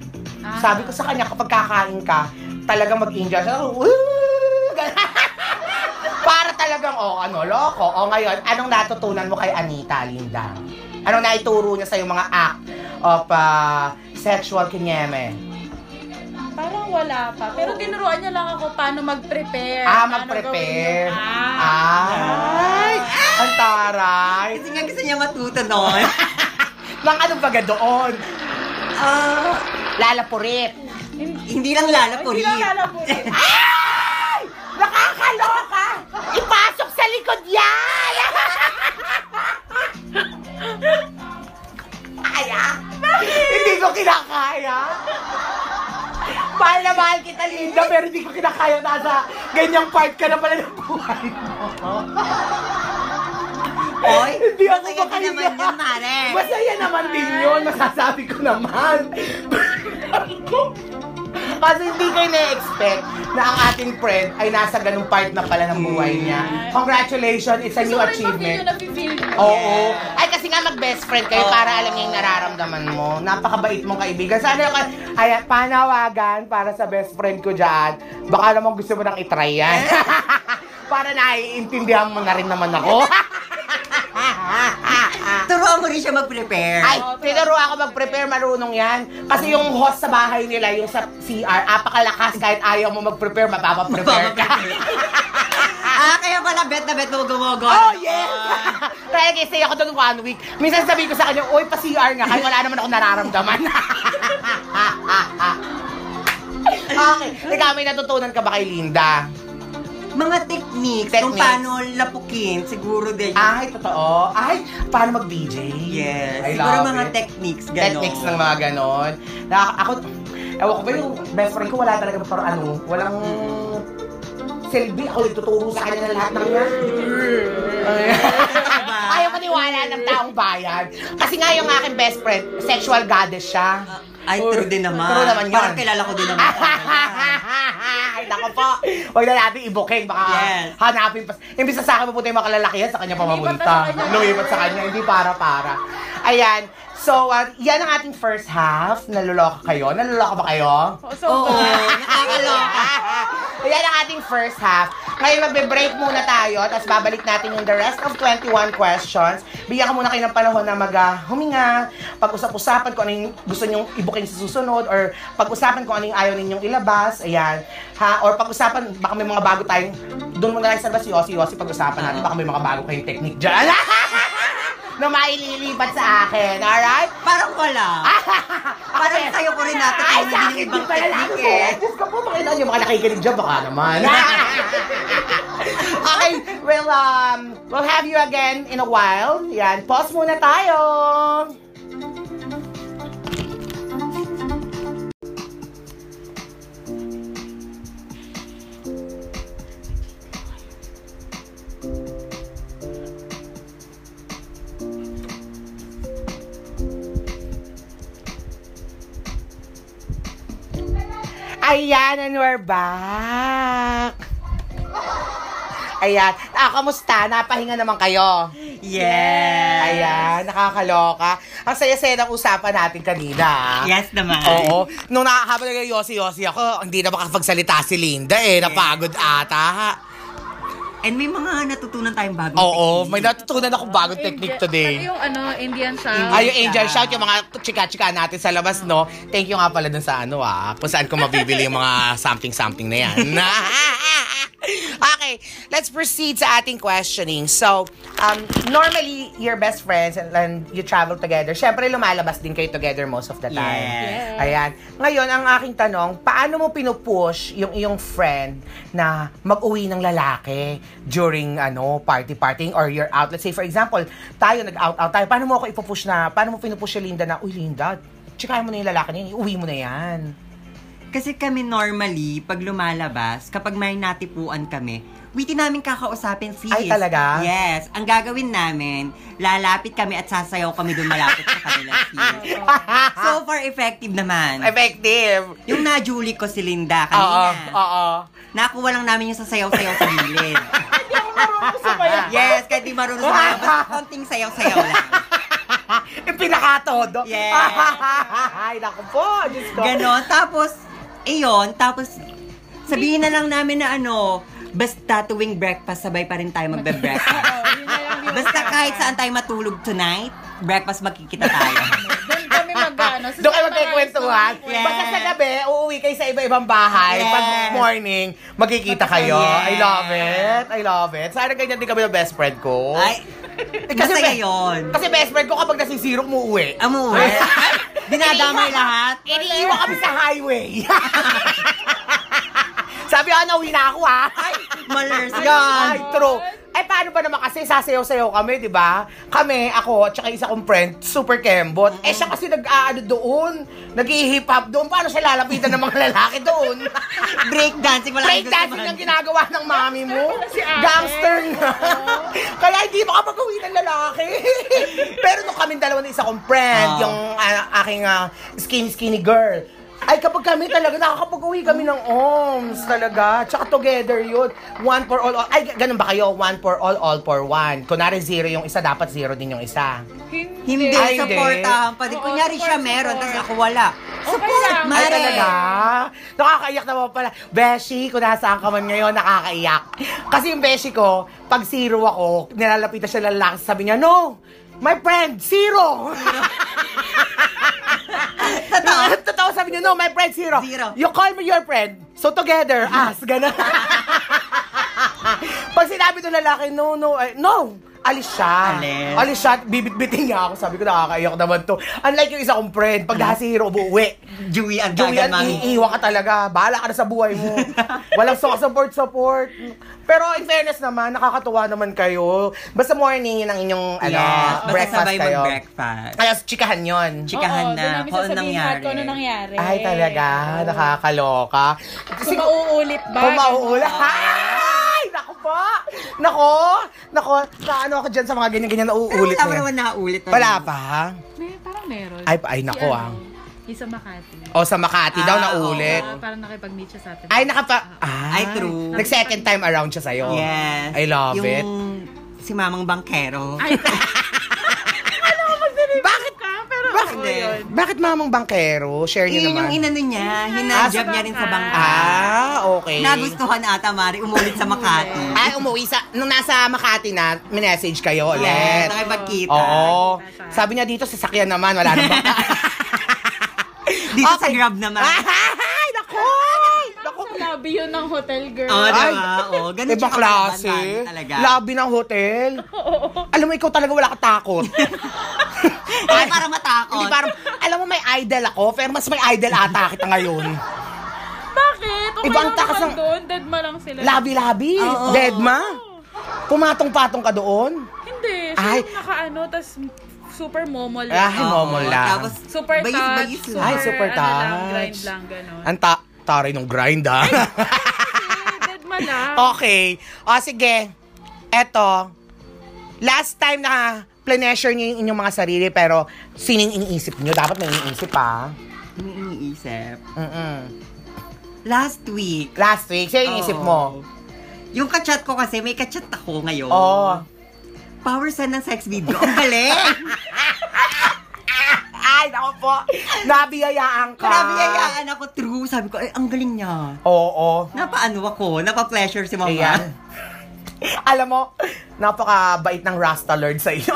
Speaker 1: Sabi ko sa kanya, kapag kakain ka, talaga mag-Indian siya. Para talagang, oh, ano, loko. O ngayon, anong natutunan mo kay Anita, Linda? Anong naituro niya sa yung mga act of ah, sexual kinyeme?
Speaker 3: Parang wala pa. Pero tinuruan niya lang ako paano mag-prepare.
Speaker 1: Ah,
Speaker 3: paano
Speaker 1: mag-prepare.
Speaker 3: gawin yung- Ah.
Speaker 1: Ay, ang taray.
Speaker 2: kasi nga gusto niya matuto noon.
Speaker 1: Mga anong baga doon?
Speaker 2: Ah,
Speaker 1: Lalapurit.
Speaker 3: Hindi
Speaker 2: hindi lang
Speaker 3: hindi lang
Speaker 2: lalapulit.
Speaker 3: lalapulit.
Speaker 1: Nakakaloka! Ipasok sa likod yan! Kaya? Hindi ko kinakaya. Mahal na mahal kita, Linda, pero hindi ko kinakaya nasa ganyang part ka na pala ng buhay mo.
Speaker 2: Oy,
Speaker 1: Hindi ako
Speaker 2: masaya ka
Speaker 1: makahiya.
Speaker 2: naman yun, Mare.
Speaker 1: Masaya naman din yun, masasabi ko naman. Kasi hindi kayo na-expect na ang ating friend ay nasa ganung part na pala ng buhay niya. Congratulations, it's a new
Speaker 3: Gusto ko rin mag-feel
Speaker 1: achievement.
Speaker 3: yun, nafe-feel ko.
Speaker 1: Oo. Ay, kasi nga mag-best friend kayo
Speaker 2: Oo.
Speaker 1: para alam niya yung nararamdaman mo. Napakabait mong kaibigan. Sana yung... Ay, panawagan para sa best friend ko dyan. Baka naman gusto mo nang itry yan. para naiintindihan mo na rin naman ako.
Speaker 2: Ah, Turuan mo rin siya mag-prepare.
Speaker 1: Ay, tinuro ako mag-prepare, marunong yan. Kasi yung host sa bahay nila, yung sa CR, apakalakas kahit ayaw mo mag-prepare, mapapaprepare ka.
Speaker 2: ah, kaya pala bet na bet mo gumugo.
Speaker 1: Oh, yes! Kaya nag-stay ako doon one week. Minsan sabi ko sa kanya, Uy, pa-CR nga, kahit wala naman ako nararamdaman. okay, ikaw may natutunan ka ba kay Linda?
Speaker 2: mga techniques, kung
Speaker 1: Techniques. Ah.
Speaker 2: paano lapukin, siguro din.
Speaker 1: Ay, totoo. Ay, paano mag-DJ?
Speaker 2: yes.
Speaker 1: I
Speaker 2: siguro
Speaker 1: love
Speaker 2: mga
Speaker 1: it.
Speaker 2: techniques, gano'n.
Speaker 1: Techniques ng mga ganon. Na, ako, ewan ko ba yung best friend ko, wala talaga parang ano, walang silbi. Ako ituturo sa kanya ng lahat ng yan.
Speaker 2: ba?
Speaker 1: Ayaw maniwala ng taong bayan. Kasi nga yung aking best friend, sexual goddess siya.
Speaker 2: Ah, Ay, true din naman.
Speaker 1: True naman yun.
Speaker 2: Parang kilala ko din naman.
Speaker 1: Ay, nako po. Huwag na natin ibuking. Baka
Speaker 2: Yes.
Speaker 1: hanapin pa. Imbis na sa akin mapunta yung mga kalalakihan, sa kanya pa
Speaker 3: Lumipat
Speaker 1: mapunta.
Speaker 3: na sa kanya.
Speaker 1: Lumipat sa kanya. Hindi para-para. Ayan. So, uh, yan ang ating first half. Naluloka kayo. Naluloka ba kayo?
Speaker 3: Oh, So,
Speaker 2: Oo, nakakaloka.
Speaker 1: Ayan ang ating first half. Ngayon, magbe-break muna tayo, tapos babalik natin yung the rest of 21 questions. Bigyan ko muna kayo ng panahon na mag-huminga, pag-usap-usapan kung ano yung gusto nyong ibukin sa susunod, or pag-usapan kung ano yung ayaw ninyong ilabas, ayan. Ha? Or pag-usapan, baka may mga bago tayong, doon muna lang sa labas, si Yossi, Yossi, pag-usapan natin, baka may mga bago kayong technique dyan. na maililipat sa akin, alright?
Speaker 2: Parang wala. Parang
Speaker 1: Ako,
Speaker 2: sa'yo ko rin natin.
Speaker 1: Ah, Ay, sa akin din pala lalo ko.
Speaker 2: eh.
Speaker 1: Diyos ko po, pakita niyo, baka nakikinig dyan, baka naman. okay, we'll, um, we'll have you again in a while. Yan, pause muna tayo. Ayan, and we're back. Ayan. Ah, kamusta? Napahinga naman kayo.
Speaker 2: Yes.
Speaker 1: Ayan, nakakaloka. Ang saya-saya ng usapan natin kanina. ah.
Speaker 2: Yes naman.
Speaker 1: Oo. Nung nakakaba na yosi-yosi ako, hindi na makapagsalita si Linda eh. Napagod ata.
Speaker 2: And may mga natutunan tayong bagong
Speaker 1: Oo, may
Speaker 2: technique.
Speaker 1: natutunan akong bagong technique today.
Speaker 3: Pati yung ano, Indian sound.
Speaker 1: Ay, yung Angel Shout, yung mga chika-chika natin sa labas, no? Thank you nga pala dun sa ano, ah. Kung saan ko mabibili yung mga something-something na yan. okay, let's proceed sa ating questioning. So, um, normally, your best friends and, and you travel together. Siyempre, lumalabas din kayo together most of the time.
Speaker 2: Yes.
Speaker 1: Ayan. Ngayon, ang aking tanong, paano mo pinupush yung iyong friend na mag-uwi ng lalaki during ano party-partying or your out? Let's say, for example, tayo, nag-out-out tayo. Paano mo ako ipupush na, paano mo pinupush si Linda na, Uy, Linda, tsikahin mo na yung lalaki na yun, uwi mo na yan.
Speaker 2: Kasi kami normally, pag lumalabas, kapag may natipuan kami, witi namin kakausapin sis.
Speaker 1: Ay, talaga?
Speaker 2: Yes. Ang gagawin namin, lalapit kami at sasayaw kami doon malapit sa kanila sis. so far, effective naman.
Speaker 1: Effective.
Speaker 2: Yung na-Julie ko si Linda
Speaker 1: Oo,
Speaker 2: kanina,
Speaker 1: oo.
Speaker 2: nakuha lang namin yung sasayaw-sayaw sa gilid.
Speaker 3: Sabayan.
Speaker 2: yes, kahit di marunong sa basta konting sayaw-sayaw lang.
Speaker 1: Yung pinakatodo.
Speaker 2: Yes.
Speaker 1: Ay, naku po. Diyos ko.
Speaker 2: Ganon. Tapos, iyon, tapos, sabihin na lang namin na ano, basta tuwing breakfast, sabay pa rin tayo magbe-breakfast.
Speaker 3: Oo, yun na lang yung-
Speaker 2: Basta kahit saan tayo matulog tonight, breakfast magkikita tayo.
Speaker 3: Doon kami ano, mag-ano.
Speaker 1: Doon kayo magkikwentuhan.
Speaker 2: Yes.
Speaker 1: Basta sa gabi, uuwi kayo sa iba-ibang bahay.
Speaker 2: Yes.
Speaker 1: Pag morning, magkikita kayo.
Speaker 2: Yes.
Speaker 1: I love it. I love it. Sana ganyan din kami ng best friend ko.
Speaker 2: Ay,
Speaker 1: Eh,
Speaker 2: masaya
Speaker 1: be-
Speaker 2: yun.
Speaker 1: Kasi best friend ko kapag nasisirok, umuwi.
Speaker 2: Amo, dinadamay lahat.
Speaker 1: Iniiwan kami sa highway. Sabi ko, "Ah, nauwi na ako ha.
Speaker 2: Malers
Speaker 1: Yan,
Speaker 2: yun.
Speaker 1: true. Eh, paano ba naman kasi sasayaw-sayaw kami, di ba? Kami, ako, tsaka isa kong friend, super kembot. Eh, siya kasi nag-aano doon, nag-hip hop doon. Paano siya lalapitan ng mga lalaki doon?
Speaker 2: Break dancing, wala
Speaker 1: Break
Speaker 2: gusto
Speaker 1: dancing
Speaker 2: man.
Speaker 1: ang ginagawa ng mami mo. Gangster
Speaker 3: Gangster pala si ate.
Speaker 1: nga. Kaya hindi makapag-uwi ng lalaki. Pero nung kami dalawa na isa kong friend,
Speaker 2: Oh.
Speaker 1: yung ah, aking ah, skinny-skinny girl, ay kapag kami talaga, nakakapag-uwi kami ng OMS talaga. Tsaka together yun. One for all, all. Ay, ganun ba kayo? One for all, all for one. Kunwari zero yung isa, dapat zero din yung isa.
Speaker 2: Hindi,
Speaker 1: Ay, hindi.
Speaker 2: supportahan pa. Di,
Speaker 3: Oo,
Speaker 2: kunyari siya
Speaker 3: support,
Speaker 2: meron,
Speaker 3: support.
Speaker 2: tapos ako wala. Support,
Speaker 3: lang.
Speaker 1: Ay,
Speaker 2: mare.
Speaker 1: talaga? Nakakaiyak naman pala. Beshi, kung nasaan ka man ngayon, nakakaiyak. Kasi yung beshi ko, pag zero ako, nilalapitan siya ng lalaki, sabi niya, no, my friend, zero.
Speaker 2: Totoo.
Speaker 1: Totoo, sabi niya, no, my friend, zero.
Speaker 2: Zero.
Speaker 1: You call me your friend, so together, us, gano'n. pag sinabi ng lalaki, no, no, eh, no, alis siya.
Speaker 2: Alis.
Speaker 1: siya. Bibitbitin niya ako. Sabi ko, nakakaiyak naman to. Unlike yung isa kong friend,
Speaker 2: Mm.
Speaker 1: pag nasihiro, buuwi.
Speaker 2: Joey ang
Speaker 1: Julian,
Speaker 2: gagan, mami.
Speaker 1: iiwan ka talaga. Bahala ka na sa buhay mo. Walang so support-support. Pero in fairness naman, nakakatuwa naman kayo. Basta morning, yun ang inyong ano,
Speaker 2: Yes,
Speaker 1: breakfast
Speaker 2: breakfast
Speaker 1: kayo.
Speaker 2: breakfast.
Speaker 1: Kaya chikahan yon.
Speaker 2: Chikahan
Speaker 3: Oo,
Speaker 2: na.
Speaker 3: doon namin
Speaker 2: Kung anong
Speaker 3: sasabihin lahat Kung ano
Speaker 2: nangyari.
Speaker 3: nangyari.
Speaker 1: Ay, talaga. Nakakaloka.
Speaker 3: Kung mauulit ba?
Speaker 1: Kung mauula. Ay! Naku po! Naku! Naku! Naano ako dyan sa mga ganyan-ganyan na uulit
Speaker 2: Wala pa
Speaker 1: na
Speaker 2: naman
Speaker 1: yun.
Speaker 2: naulit. na
Speaker 1: Wala
Speaker 2: yun.
Speaker 1: pa.
Speaker 3: May, parang meron.
Speaker 1: Ay, ay, naku,
Speaker 3: Si,
Speaker 1: ah.
Speaker 3: ano, Yung sa Makati.
Speaker 1: O, sa Makati daw
Speaker 2: Ah,
Speaker 1: naulit.
Speaker 3: Ah, parang nakipag-meet siya sa atin.
Speaker 1: Ay, nakapa...
Speaker 2: Ay, true.
Speaker 1: Nag-second time around siya sa'yo.
Speaker 2: Oh. Yes.
Speaker 1: I love
Speaker 2: yung
Speaker 1: it.
Speaker 2: si Mamang Bangkero.
Speaker 3: Ay, Alam ko mag-deliver
Speaker 1: Bakit?
Speaker 3: ka, pero
Speaker 1: Bakit?
Speaker 3: oo yun.
Speaker 1: Bakit mamang bangkero? Share niyo
Speaker 2: Iyon
Speaker 1: naman.
Speaker 2: yung inano niya. Hinajab niya rin Ah, sa bangka.
Speaker 1: ah, okay. Ah,
Speaker 2: Nagustuhan ata, Mari. Umulit sa Makati.
Speaker 1: Ay, umuwi sa... Nung nasa Makati na, minessage kayo
Speaker 2: Yes,
Speaker 1: ulit.
Speaker 2: nakipagkita.
Speaker 1: Oo.
Speaker 3: Nakita siya.
Speaker 1: Sabi niya dito, sasakyan naman. Wala na ba?
Speaker 2: Dito sa
Speaker 1: Okay. Ah,
Speaker 2: Grab naman.
Speaker 1: Ay, naku! Naku!
Speaker 3: Sa lobby yun ng hotel, girl.
Speaker 2: Oo,
Speaker 1: Ay.
Speaker 2: diba? Oo, ganun
Speaker 1: Ibang
Speaker 2: siya
Speaker 1: klase.
Speaker 2: kapalaban talaga.
Speaker 1: Labi ng hotel.
Speaker 3: Oo.
Speaker 1: Alam mo, ikaw talaga wala ka takot.
Speaker 2: Ay, para matakot.
Speaker 1: Hindi parang, alam mo, may idol ako, pero mas may idol ata kita ngayon.
Speaker 3: Bakit? Okay
Speaker 1: Iba ang
Speaker 3: lang
Speaker 1: takas
Speaker 3: naman
Speaker 1: ng-
Speaker 3: doon. Dead ma lang sila.
Speaker 1: Labi-labi.
Speaker 2: Oo.
Speaker 1: Dead ma. Pumatong-patong ka doon.
Speaker 3: Hindi. Siya
Speaker 1: Ay. Ah,
Speaker 3: yung nakaano, tas super momol lang.
Speaker 1: Ay,
Speaker 2: Oo,
Speaker 1: momol lang.
Speaker 2: Tapos,
Speaker 3: Super touch.
Speaker 2: bayis-bayis lang.
Speaker 1: Ay, super
Speaker 3: ano lang,
Speaker 1: touch.
Speaker 3: grind lang, gano'n.
Speaker 1: Ang ta taray nung grind, ah.
Speaker 3: Kasi dead ah. ma lang.
Speaker 1: Oh. okay. O, sige. Eto. Last time na pleasure niyo yung inyong mga sarili, pero sining iniisip niyo? Dapat may iniisip, ah.
Speaker 2: Ano yung iniisip?
Speaker 1: Mm-mm.
Speaker 2: Last week,
Speaker 1: Last week, siya yung iniisip mo.
Speaker 2: yung kachat ko kasi, may kachat ako ngayon.
Speaker 1: Oo.
Speaker 2: Power send ng sex video. Ang galing!
Speaker 1: Ay, nako po. Nabiyayaan ka.
Speaker 2: Nabiyayaan ako true. Sabi ko, ay, ang galing niya.
Speaker 1: Oo.
Speaker 2: Napaano ako, napa-pleasure si mama.
Speaker 1: Ayan. Alam mo, napakabait ng Rasta Lord sa iyo.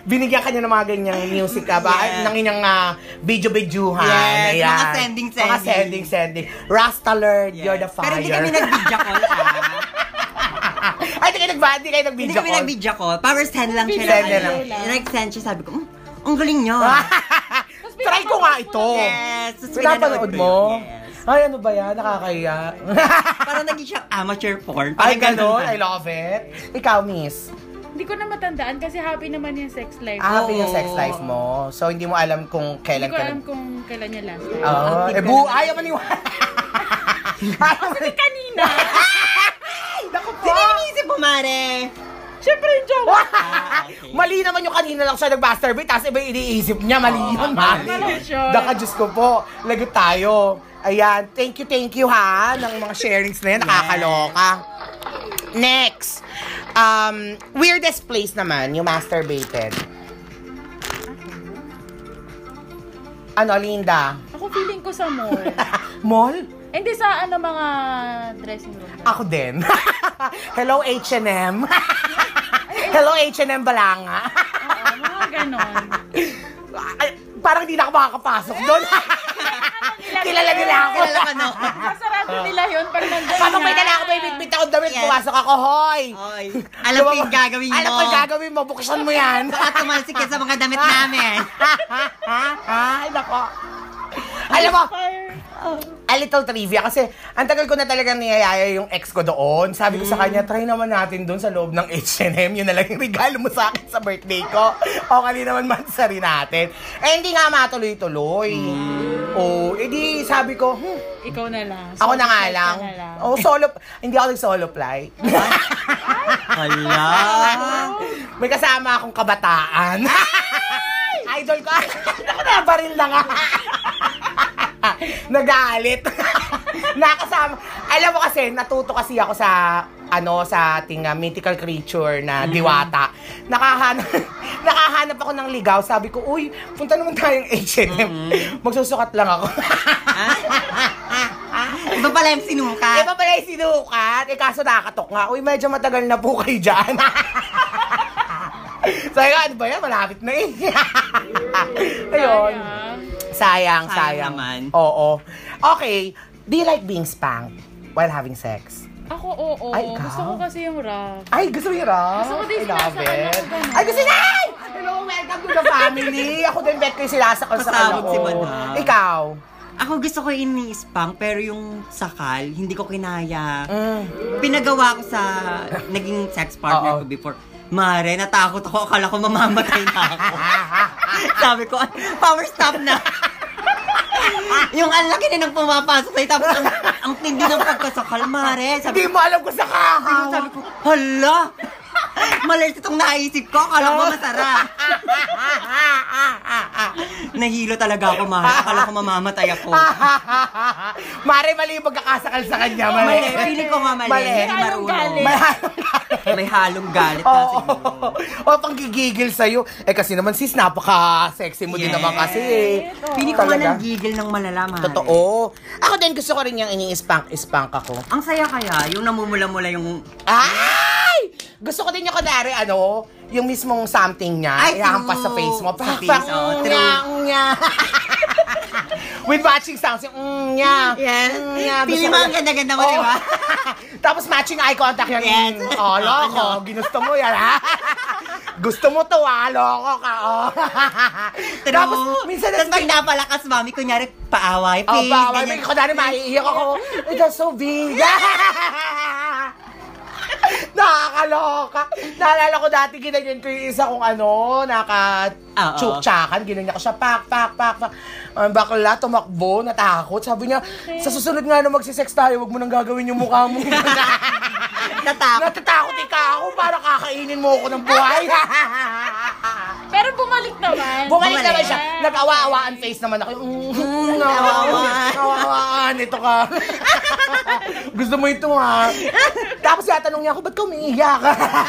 Speaker 1: Binigyan kanya ng mga ganyang music ka ba?
Speaker 2: Yeah.
Speaker 1: Ng inyang ah, video-videohan.
Speaker 2: Yes,
Speaker 1: Ayan.
Speaker 2: mga sending-sending.
Speaker 1: Mga sending-sending. Rasta Lord,
Speaker 2: Yes.
Speaker 1: you're the fire.
Speaker 2: Pero hindi kami nag-video call. ah.
Speaker 1: Ay, hindi kayo nag- hindi kayo
Speaker 2: hindi
Speaker 1: nag-video
Speaker 2: kami
Speaker 1: call.
Speaker 2: nag-video call. Power send lang siya.
Speaker 1: Send
Speaker 2: ng-
Speaker 1: lang.
Speaker 2: Nag-send siya. Sabi ko, "Mm, ang galing niya.
Speaker 3: Tas
Speaker 1: Try ko nga ito.
Speaker 2: Yes. Tapos
Speaker 1: Pinapanood
Speaker 2: pinanood ko
Speaker 1: mo?
Speaker 2: yun. Yes.
Speaker 1: Ay, ano ba yan? Nakakaya.
Speaker 2: Parang naging siya amateur
Speaker 1: Ay,
Speaker 2: porn. Parang
Speaker 1: ganun. I
Speaker 2: ganun.
Speaker 1: love it. Ikaw, miss.
Speaker 3: Hindi ko na matandaan kasi happy naman yung sex life.
Speaker 1: Ah,
Speaker 2: Oo.
Speaker 1: yung sex life mo. So, hindi mo alam kung
Speaker 3: Hindi
Speaker 1: kailan
Speaker 3: ko
Speaker 1: ka
Speaker 3: alam kung kailan niya last.
Speaker 1: Oo. Oh,
Speaker 2: Ang
Speaker 1: eh,
Speaker 2: tipid
Speaker 1: bu,
Speaker 2: naman.
Speaker 1: ayaw maniwala. ayaw maniwala.
Speaker 3: Kanina.
Speaker 1: Naku po.
Speaker 2: Sino yung iniisip mo, Mare?
Speaker 3: Siyempre yung jowa.
Speaker 1: Ah,
Speaker 2: okay.
Speaker 1: Mali naman yung kanina lang siya nag-masturbate, tapos iba yung iniisip niya. Mali yun, mali.
Speaker 3: mali siya.
Speaker 1: Daka, Diyos ko po, lagot tayo. Ayan, thank you, thank you ha, ng mga sharings na yan, nakakaloka. Next, um, weirdest place naman, yung masturbated. Ano, Linda?
Speaker 3: Ako feeling ko sa mall.
Speaker 1: Mall?
Speaker 3: Hindi sa ano mga dressing room.
Speaker 1: Ako din. Hello, H&M. Hello, H&M Balanga.
Speaker 3: Oo, mga ganon.
Speaker 1: Ay, parang hindi na ako makakapasok doon. Kilala nila ako.
Speaker 2: Kilala ka, no?
Speaker 3: Sasarado nila yun pag nandun
Speaker 1: Kapag Ah. may
Speaker 3: na.
Speaker 1: dala ako, may bitbit ako damit,
Speaker 2: Yes.
Speaker 1: pumasok ako, hoy!
Speaker 2: Oy, alam ko yung gagawin mo.
Speaker 1: Alam ko yung gagawin mo, buksan mo yan.
Speaker 2: Baka tumalsikit sa mga damit namin.
Speaker 1: Ay, nako. Alam mo,
Speaker 3: Fire.
Speaker 1: a little trivia kasi ang tagal ko na talagang niyayaya yung ex ko doon. Sabi ko sa
Speaker 3: Mm.
Speaker 1: kanya, try naman natin doon sa loob ng H&M. Yun na lang yung regalo mo sa akin sa birthday ko. O kali naman mansari natin. Eh, hindi nga matuloy-tuloy.
Speaker 3: Mm.
Speaker 1: O, edi sabi ko, hmm,
Speaker 3: Ikaw na lang.
Speaker 1: ako na nga
Speaker 3: Ikaw
Speaker 1: lang. Oh,
Speaker 3: na lang.
Speaker 1: O, solo, hindi ako nag-solo fly.
Speaker 2: Hala.
Speaker 1: May kasama akong kabataan. Idol ko. Ako na, baril na nga. Nagalit. Nakasama. Alam mo kasi, natuto kasi ako sa ano sa ating ah, mythical creature na diwata. Nakahanap, nakahanap ako ng ligaw. Sabi ko, uy, punta naman tayong H&M. Magsusukat lang ako.
Speaker 2: Ah? Iba pala yung sinuka.
Speaker 1: Iba pala yung sinukat. Eh, kaso nakakatok nga. Uy, medyo matagal na po kayo dyan. Sabi ko, ano ba yan? Malapit na eh. Ayun. Sayang,
Speaker 3: Sayang.
Speaker 1: sayang.
Speaker 2: Sayang naman.
Speaker 1: Oo. Okay. Do you like being spanked while having sex?
Speaker 3: Ako, oo.
Speaker 1: Ay, ikaw?
Speaker 3: Gusto ko kasi yung rough.
Speaker 1: Ay, gusto mo yung rock?
Speaker 3: Gusto ko din
Speaker 1: I love
Speaker 3: sinasakal
Speaker 1: it.
Speaker 3: ako ganun.
Speaker 1: Ay, gusto na! Ay! Hello, welcome to the family. Ako din, bet ko yung sinasakal sa
Speaker 2: Pasabog
Speaker 1: kaloob.
Speaker 2: si Manang.
Speaker 1: Ikaw.
Speaker 2: Ako gusto ko ini-spunk, pero yung sakal, hindi ko kinaya.
Speaker 1: Mm.
Speaker 2: Pinagawa ko sa naging sex
Speaker 1: Oo.
Speaker 2: partner ko before. Mare, natakot ako. Akala ko mamamatay na ako. Sabi ko, "Ay, power stop na. yung ang laki na nang pumapasok sa'yo. Tapos ang, ang tindi ng pagkasakal, mare. Sabi
Speaker 1: Hindi mo alam kung sa
Speaker 2: ko,
Speaker 1: kakaw.
Speaker 2: Ano sabi ko, hala! Malert itong naisip ko. Akala ko masara. Nahilo talaga ako, mare. Akala ko mamamatay ako.
Speaker 1: Mare, mali yung pagkakasakal sa kanya. Mare.
Speaker 2: Oh, Mali, feeling ko nga mali.
Speaker 1: Mali.
Speaker 2: Hindi
Speaker 3: Halong galit.
Speaker 1: Mali.
Speaker 2: marunong. May halong galit na
Speaker 1: Oo.
Speaker 2: siguro.
Speaker 1: O, panggigigil sa'yo. Eh, kasi naman sis, napaka-sexy mo din
Speaker 2: Yes.
Speaker 1: naman kasi. eh.
Speaker 2: Pili ko nga
Speaker 1: Talaga?
Speaker 2: ng gigil ng malalaman.
Speaker 1: Totoo. Ako din, gusto ko rin yung ini-spank-spank ako.
Speaker 2: Ang saya kaya, yung namumula-mula yung...
Speaker 1: Ay! Gusto ko din yung kunwari, ano, yung mismong something niya. Ay,
Speaker 2: Ay,
Speaker 1: ihahampas sa
Speaker 2: true.
Speaker 1: face mo.
Speaker 2: Sa face, oo,
Speaker 1: mm,
Speaker 2: true.
Speaker 1: nya, mm, nya. With matching sounds, yung mm, nya.
Speaker 2: Yes.
Speaker 1: mm, nya.
Speaker 2: Pili
Speaker 1: Gusto
Speaker 2: Hmm,
Speaker 1: ko
Speaker 2: mo ang
Speaker 1: yun.
Speaker 2: ganda-ganda mo, di ba?
Speaker 1: Oh. Tapos matching eye contact yun.
Speaker 2: Yes. Ano?
Speaker 1: Mm, oh, loko. Ginusto mo yan, ha? Gusto mo to, ha? Loko ka, oh.
Speaker 2: True.
Speaker 1: Tapos, minsan,
Speaker 2: Tapos pag napalakas, mami, kunyari, paaway,
Speaker 1: Oh,
Speaker 2: please.
Speaker 1: bawal. May
Speaker 2: ganyan.
Speaker 1: kunwari, maiiyak ako. It was so big. Nakakaloka. Naalala ko dati, ginanyan ko yung isa kong ano, naka
Speaker 2: Ah, Oo.
Speaker 1: tsukchakan Ginanyan ko siya, pak, pak, pak, pak. Ang bakla, tumakbo, natakot. Sabi niya, sa susunod nga na magsisex tayo, wag mo nang gagawin yung mukha mo.
Speaker 2: Natakot.
Speaker 1: Natatakot ikaw ako para kakainin mo ako ng buhay.
Speaker 3: Pero bumalik naman.
Speaker 1: Bumalik naman siya.
Speaker 3: Yes.
Speaker 1: Nag-awa-awaan face naman ako. Mm,
Speaker 2: nag-awa-awaan.
Speaker 1: Awa-awaan. Ito ka. Gusto mo ito ha? Tapos tatanong niya ako, ba't ka umiiyak?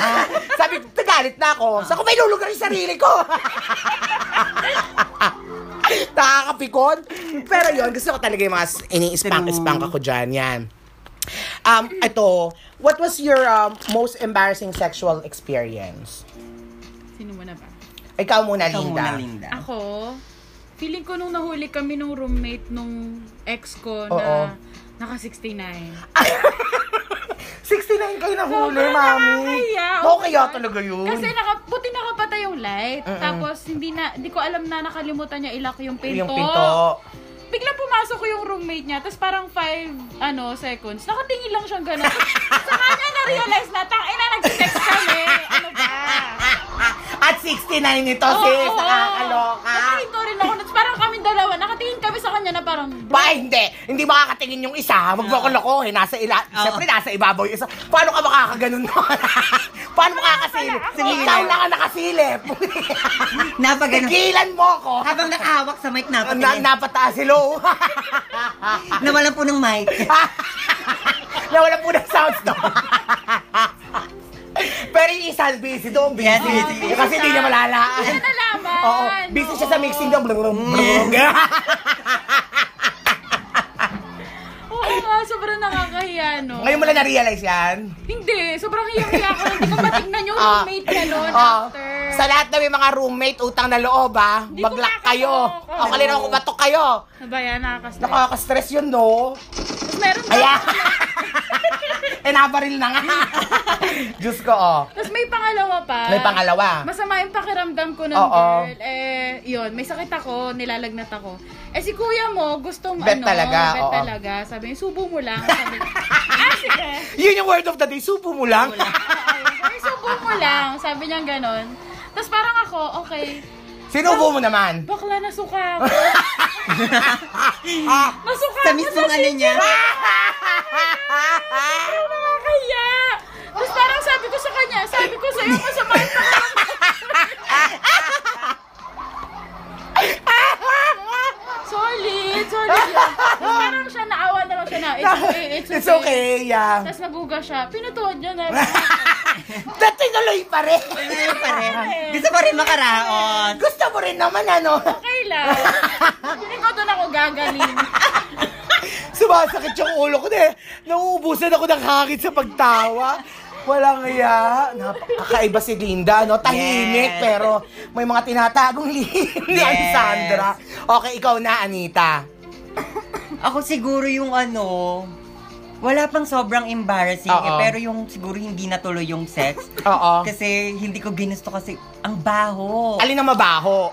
Speaker 1: Sabi ko, nagalit na ako. Sa ko may lulugar yung sarili ko. Nakakapikon. Pero yon gusto ko talaga yung mga s- ini-spank-spank ako dyan. Yan. Um, ito, what was your um, most embarrassing sexual experience?
Speaker 3: Sino mo na ba?
Speaker 1: Ikaw muna,
Speaker 2: Ikaw
Speaker 1: Linda.
Speaker 2: muna, Linda.
Speaker 3: Ako, feeling ko nung nahuli kami nung roommate nung ex ko
Speaker 1: Oo.
Speaker 3: na naka 69.
Speaker 1: 69 kayo nahuli,
Speaker 3: Sobrang
Speaker 1: mami.
Speaker 3: nakakahiya. Oh my
Speaker 1: Okay kaya
Speaker 3: God.
Speaker 1: talaga yun.
Speaker 3: Kasi naka, buti nakapatay yung light. Tapos hindi na, hindi ko alam na nakalimutan niya ilak yung pinto.
Speaker 1: yung pinto.
Speaker 3: Biglang pumasok ko yung roommate niya. Tapos parang 5 ano, seconds. Nakatingin lang siyang gano'n. Tapos Saka niya na-realize na, tang, ina, nag-sex kami. Ano ba?
Speaker 1: Ah, At 69 ito, sis. Nakakaloka.
Speaker 3: Nakahinto rin ako. Tapos parang kami dalawa, nakatingin kami sa kanya na parang,
Speaker 1: Ba, hindi. Hindi makakatingin yung isa. Magkakalokohin. Nasa ila... Siyempre, nasa ibabaw yung isa. Paano ka makakaganon nun? Paano makakasilip?
Speaker 2: Sige.
Speaker 1: Ikaw lang ang nakasilip.
Speaker 2: Napagano.
Speaker 1: Tigilan mo ako.
Speaker 2: Habang nakahawak sa mic,
Speaker 1: Na,
Speaker 2: napatingin.
Speaker 1: napataas si Low.
Speaker 2: Ah. Nawalan po ng mic.
Speaker 1: Nawala po ng sounds to. Pero yung isa, busy doon. Busy.
Speaker 2: Yes, busy.
Speaker 1: Kasi hindi niya malalaan.
Speaker 3: hindi na nalaman. Mm.
Speaker 1: Oo, busy siya sa
Speaker 3: Oo.
Speaker 1: mixing daw. Blum, blum, blum.
Speaker 3: Oo, nga, sobrang nakakahiya, no?
Speaker 1: Ngayon mo lang na-realize yan.
Speaker 3: Hindi, sobrang hiyang-hiya ko. Oh, Hindi ko matignan yung
Speaker 1: Ah.
Speaker 3: roommate niya noon
Speaker 1: Ah,
Speaker 3: after.
Speaker 1: sa lahat na may mga roommate, utang na loob ha.
Speaker 3: Hindi ko
Speaker 1: Maglak
Speaker 3: nakakatawa
Speaker 1: kayo.
Speaker 3: ako.
Speaker 1: Ako rin ako batok kayo.
Speaker 3: Ano ba yan? Nakakastress.
Speaker 1: Nakaka-stress yun, no?
Speaker 3: Tapos meron daw.
Speaker 1: Ayan. eh, nabaril na nga. Diyos ko, oh.
Speaker 3: Tapos may pangalawa pa.
Speaker 1: May pangalawa.
Speaker 3: Masama yung pakiramdam ko ng
Speaker 1: Oo.
Speaker 3: girl. Eh, yun. May sakit ako. Nilalagnat ako. Eh, si kuya mo, gustong
Speaker 1: Bet
Speaker 3: ano.
Speaker 1: talaga,
Speaker 3: Bet
Speaker 1: oo.
Speaker 3: talaga. Sabi niya, subo mo lang. Sabi ko, ah, sige.
Speaker 1: Yun yung word of the day, supo mo lang.
Speaker 3: Ay, subo mo lang. Sabi niya ganun. Tapos parang ako, okay.
Speaker 1: Sinubo mo naman.
Speaker 3: Bakla, nasuka ako.
Speaker 1: Ah,
Speaker 3: Nasuka
Speaker 2: Sa
Speaker 3: ako
Speaker 2: mismong ano
Speaker 3: sitya.
Speaker 2: niya.
Speaker 3: Parang nakakaya. Tapos parang sabi ko sa kanya, sabi ko sa'yo, masama yung pakiramdam. Solid, solid lang. Tapos parang siya naawa na lang siya na, it's okay, it's okay.
Speaker 1: It's okay, yeah.
Speaker 3: Tapos nabuga siya, pinutuod niya na.
Speaker 1: Natinuloy pa rin.
Speaker 2: Ano pa rin? Gusto ko rin makaraon.
Speaker 1: Gusto mo rin naman, ano?
Speaker 3: Okay lang. Hindi ko doon ako gagaling.
Speaker 1: Sumasakit yung ulo ko na eh. Nauubusan ako ng hangin sa pagtawa. Walang iya. Napakakaiba si Linda, no? Tahimik,
Speaker 2: Yes.
Speaker 1: pero may mga tinatagong lihim ni
Speaker 2: Yes.
Speaker 1: Alessandra. Okay, ikaw na, Anita.
Speaker 2: Ako siguro yung ano, Wala pang sobrang embarrassing. eh,
Speaker 1: Oo.
Speaker 2: pero yung siguro hindi natuloy yung sex.
Speaker 1: Oo.
Speaker 2: Kasi hindi ko ginusto kasi ang baho.
Speaker 1: Alin ang mabaho?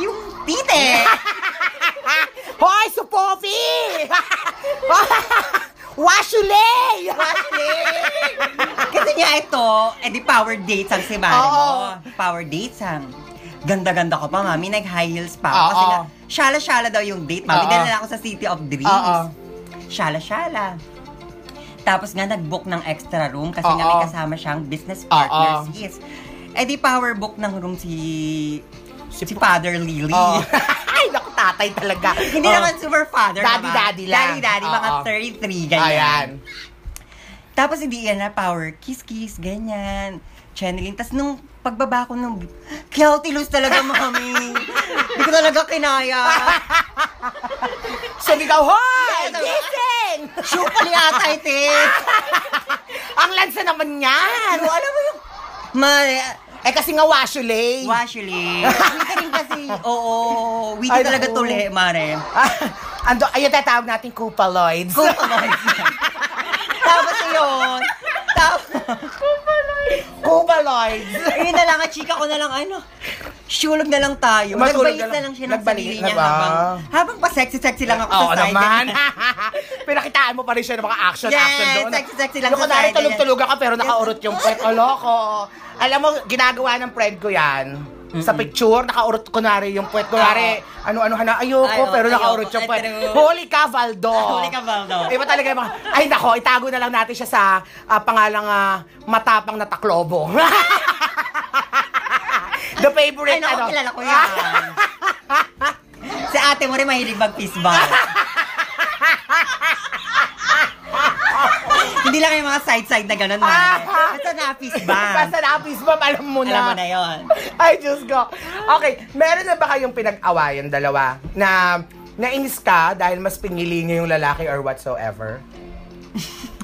Speaker 2: yung tite!
Speaker 1: Hoy, Supofi! Washulay!
Speaker 2: kasi nga ito, edi power dates ang si Mari
Speaker 1: Oo.
Speaker 2: mo. Power dates ang. Ganda-ganda ko pa, mami. Nag-high heels pa ako.
Speaker 1: Oo.
Speaker 2: Kasi nga, syala-syala daw yung date, mami.
Speaker 1: Oo.
Speaker 2: Dinala ako sa City of Dreams.
Speaker 1: Oo.
Speaker 2: Syala-syala. Tapos nga, nag-book ng extra room kasi nga
Speaker 1: Oo.
Speaker 2: may kasama siyang business partners.
Speaker 1: Oo.
Speaker 2: Yes. Eh di power book ng room si... Si,
Speaker 1: Si
Speaker 2: Father Lily.
Speaker 1: Oh. Ay, naku, tatay talaga.
Speaker 2: Hindi
Speaker 1: Oh.
Speaker 2: naman super father.
Speaker 1: Daddy,
Speaker 2: naman.
Speaker 1: daddy lang.
Speaker 2: Daddy-daddy, mga
Speaker 1: Oo.
Speaker 2: 33, ganyan.
Speaker 1: Ayan.
Speaker 2: Tapos hindi yan na power, kiss kiss, ganyan. Channeling. Tapos nung pagbaba ko nung, guilty lose talaga, mami. Hindi ko talaga kinaya.
Speaker 1: Sumigaw, hoy!
Speaker 2: Yes,
Speaker 1: Gising!
Speaker 2: Shoot pala yata ito eh.
Speaker 1: Ang lansa naman yan!
Speaker 2: Ano, alam mo yung, ma,
Speaker 1: Eh, kasi nga washulay.
Speaker 2: washily. Wita rin kasi, oo, wita
Speaker 1: Ay,
Speaker 2: talaga
Speaker 1: naku.
Speaker 2: tuli, mare.
Speaker 1: Ah, Ando, ayun tatawag natin Kupaloids.
Speaker 2: Kupaloids. Tapos yun, tapos,
Speaker 1: Kupaloids.
Speaker 2: Ayun na lang, at chika ko na lang, ano, shulog na lang tayo.
Speaker 1: Matulog na
Speaker 2: Nagbalik na
Speaker 1: lang.
Speaker 2: lang siya ng
Speaker 1: Nagbalik
Speaker 2: sarili
Speaker 1: na
Speaker 2: niya
Speaker 1: ba?
Speaker 2: habang, habang pa sexy-sexy lang ako
Speaker 1: Oo
Speaker 2: sa side.
Speaker 1: naman. Pinakitaan mo pa rin siya ng mga action,
Speaker 2: Yes,
Speaker 1: action doon.
Speaker 2: sexy-sexy lang
Speaker 1: Yung
Speaker 2: sa
Speaker 1: kunwari
Speaker 2: side,
Speaker 1: tulog-tulog ako pero nakaurot yung puwet. Olo ko. Alam mo, ginagawa ng friend ko yan. Sa picture, nakaurot kunwari yung puwet. Kunwari, ano-ano na, ayoko,
Speaker 2: Ay, oo,
Speaker 1: pero nakaurot
Speaker 2: ayoko.
Speaker 1: yung
Speaker 2: Ay,
Speaker 1: puwet.
Speaker 2: true.
Speaker 1: Holy ka, Valdo.
Speaker 2: Huli ka, Valdo.
Speaker 1: Iba talaga yung mga, ay nako, itago na lang natin siya sa ah, pangalang ah, matapang na taklobo. The
Speaker 2: Ay,
Speaker 1: favorite,
Speaker 2: naku,
Speaker 1: ano.
Speaker 2: kilala ko yan. Ah. si ate mo rin mahilig mag-fistball. Hindi lang yung mga side-side na gano'n, man. Basta na-fistball.
Speaker 1: Basta na-appease bomb, alam mo na.
Speaker 2: Alam mo na yon.
Speaker 1: Ay, Diyos ko. Okay, meron na ba kayong pinag-awayan dalawa na nainis ka dahil mas pinili niyo yung lalaki or whatsoever?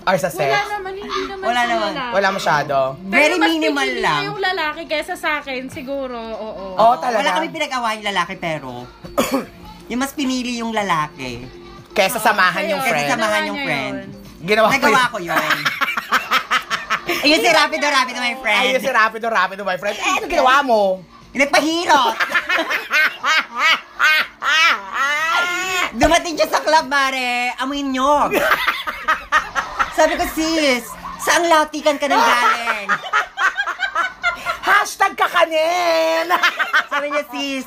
Speaker 1: or sa sex?
Speaker 3: Wala naman, hindi naman
Speaker 2: Wala
Speaker 3: sa
Speaker 2: naman.
Speaker 3: lalaki.
Speaker 1: Wala masyado.
Speaker 3: Pero
Speaker 2: Very
Speaker 3: mas
Speaker 2: minimal
Speaker 3: pinili
Speaker 2: lang. Oh,
Speaker 3: niya yung lalaki kaysa sa akin, siguro, oo.
Speaker 1: Oo, talaga.
Speaker 2: Wala kami pinag-awayan yung lalaki, pero yung mas pinili yung lalaki.
Speaker 1: Kesa samahan yung
Speaker 2: Kesa
Speaker 1: friend.
Speaker 2: sama- samahan
Speaker 3: Ginawa
Speaker 2: yung
Speaker 3: niya
Speaker 2: friend.
Speaker 3: yun.
Speaker 1: Ginawa ko
Speaker 2: Nagawa
Speaker 1: yun.
Speaker 2: ko yun. Ayun si Rapido, Rapido, my friend.
Speaker 1: Ayun si Rapido, Rapido, my friend. Eh, ano ginawa mo?
Speaker 2: Nagpahirot. Dumating siya sa club, mare. Amoy nyo. Sabi ko, sis, saang latikan ka nang galing?
Speaker 1: Hashtag kakanin!
Speaker 2: Sabi niya, sis,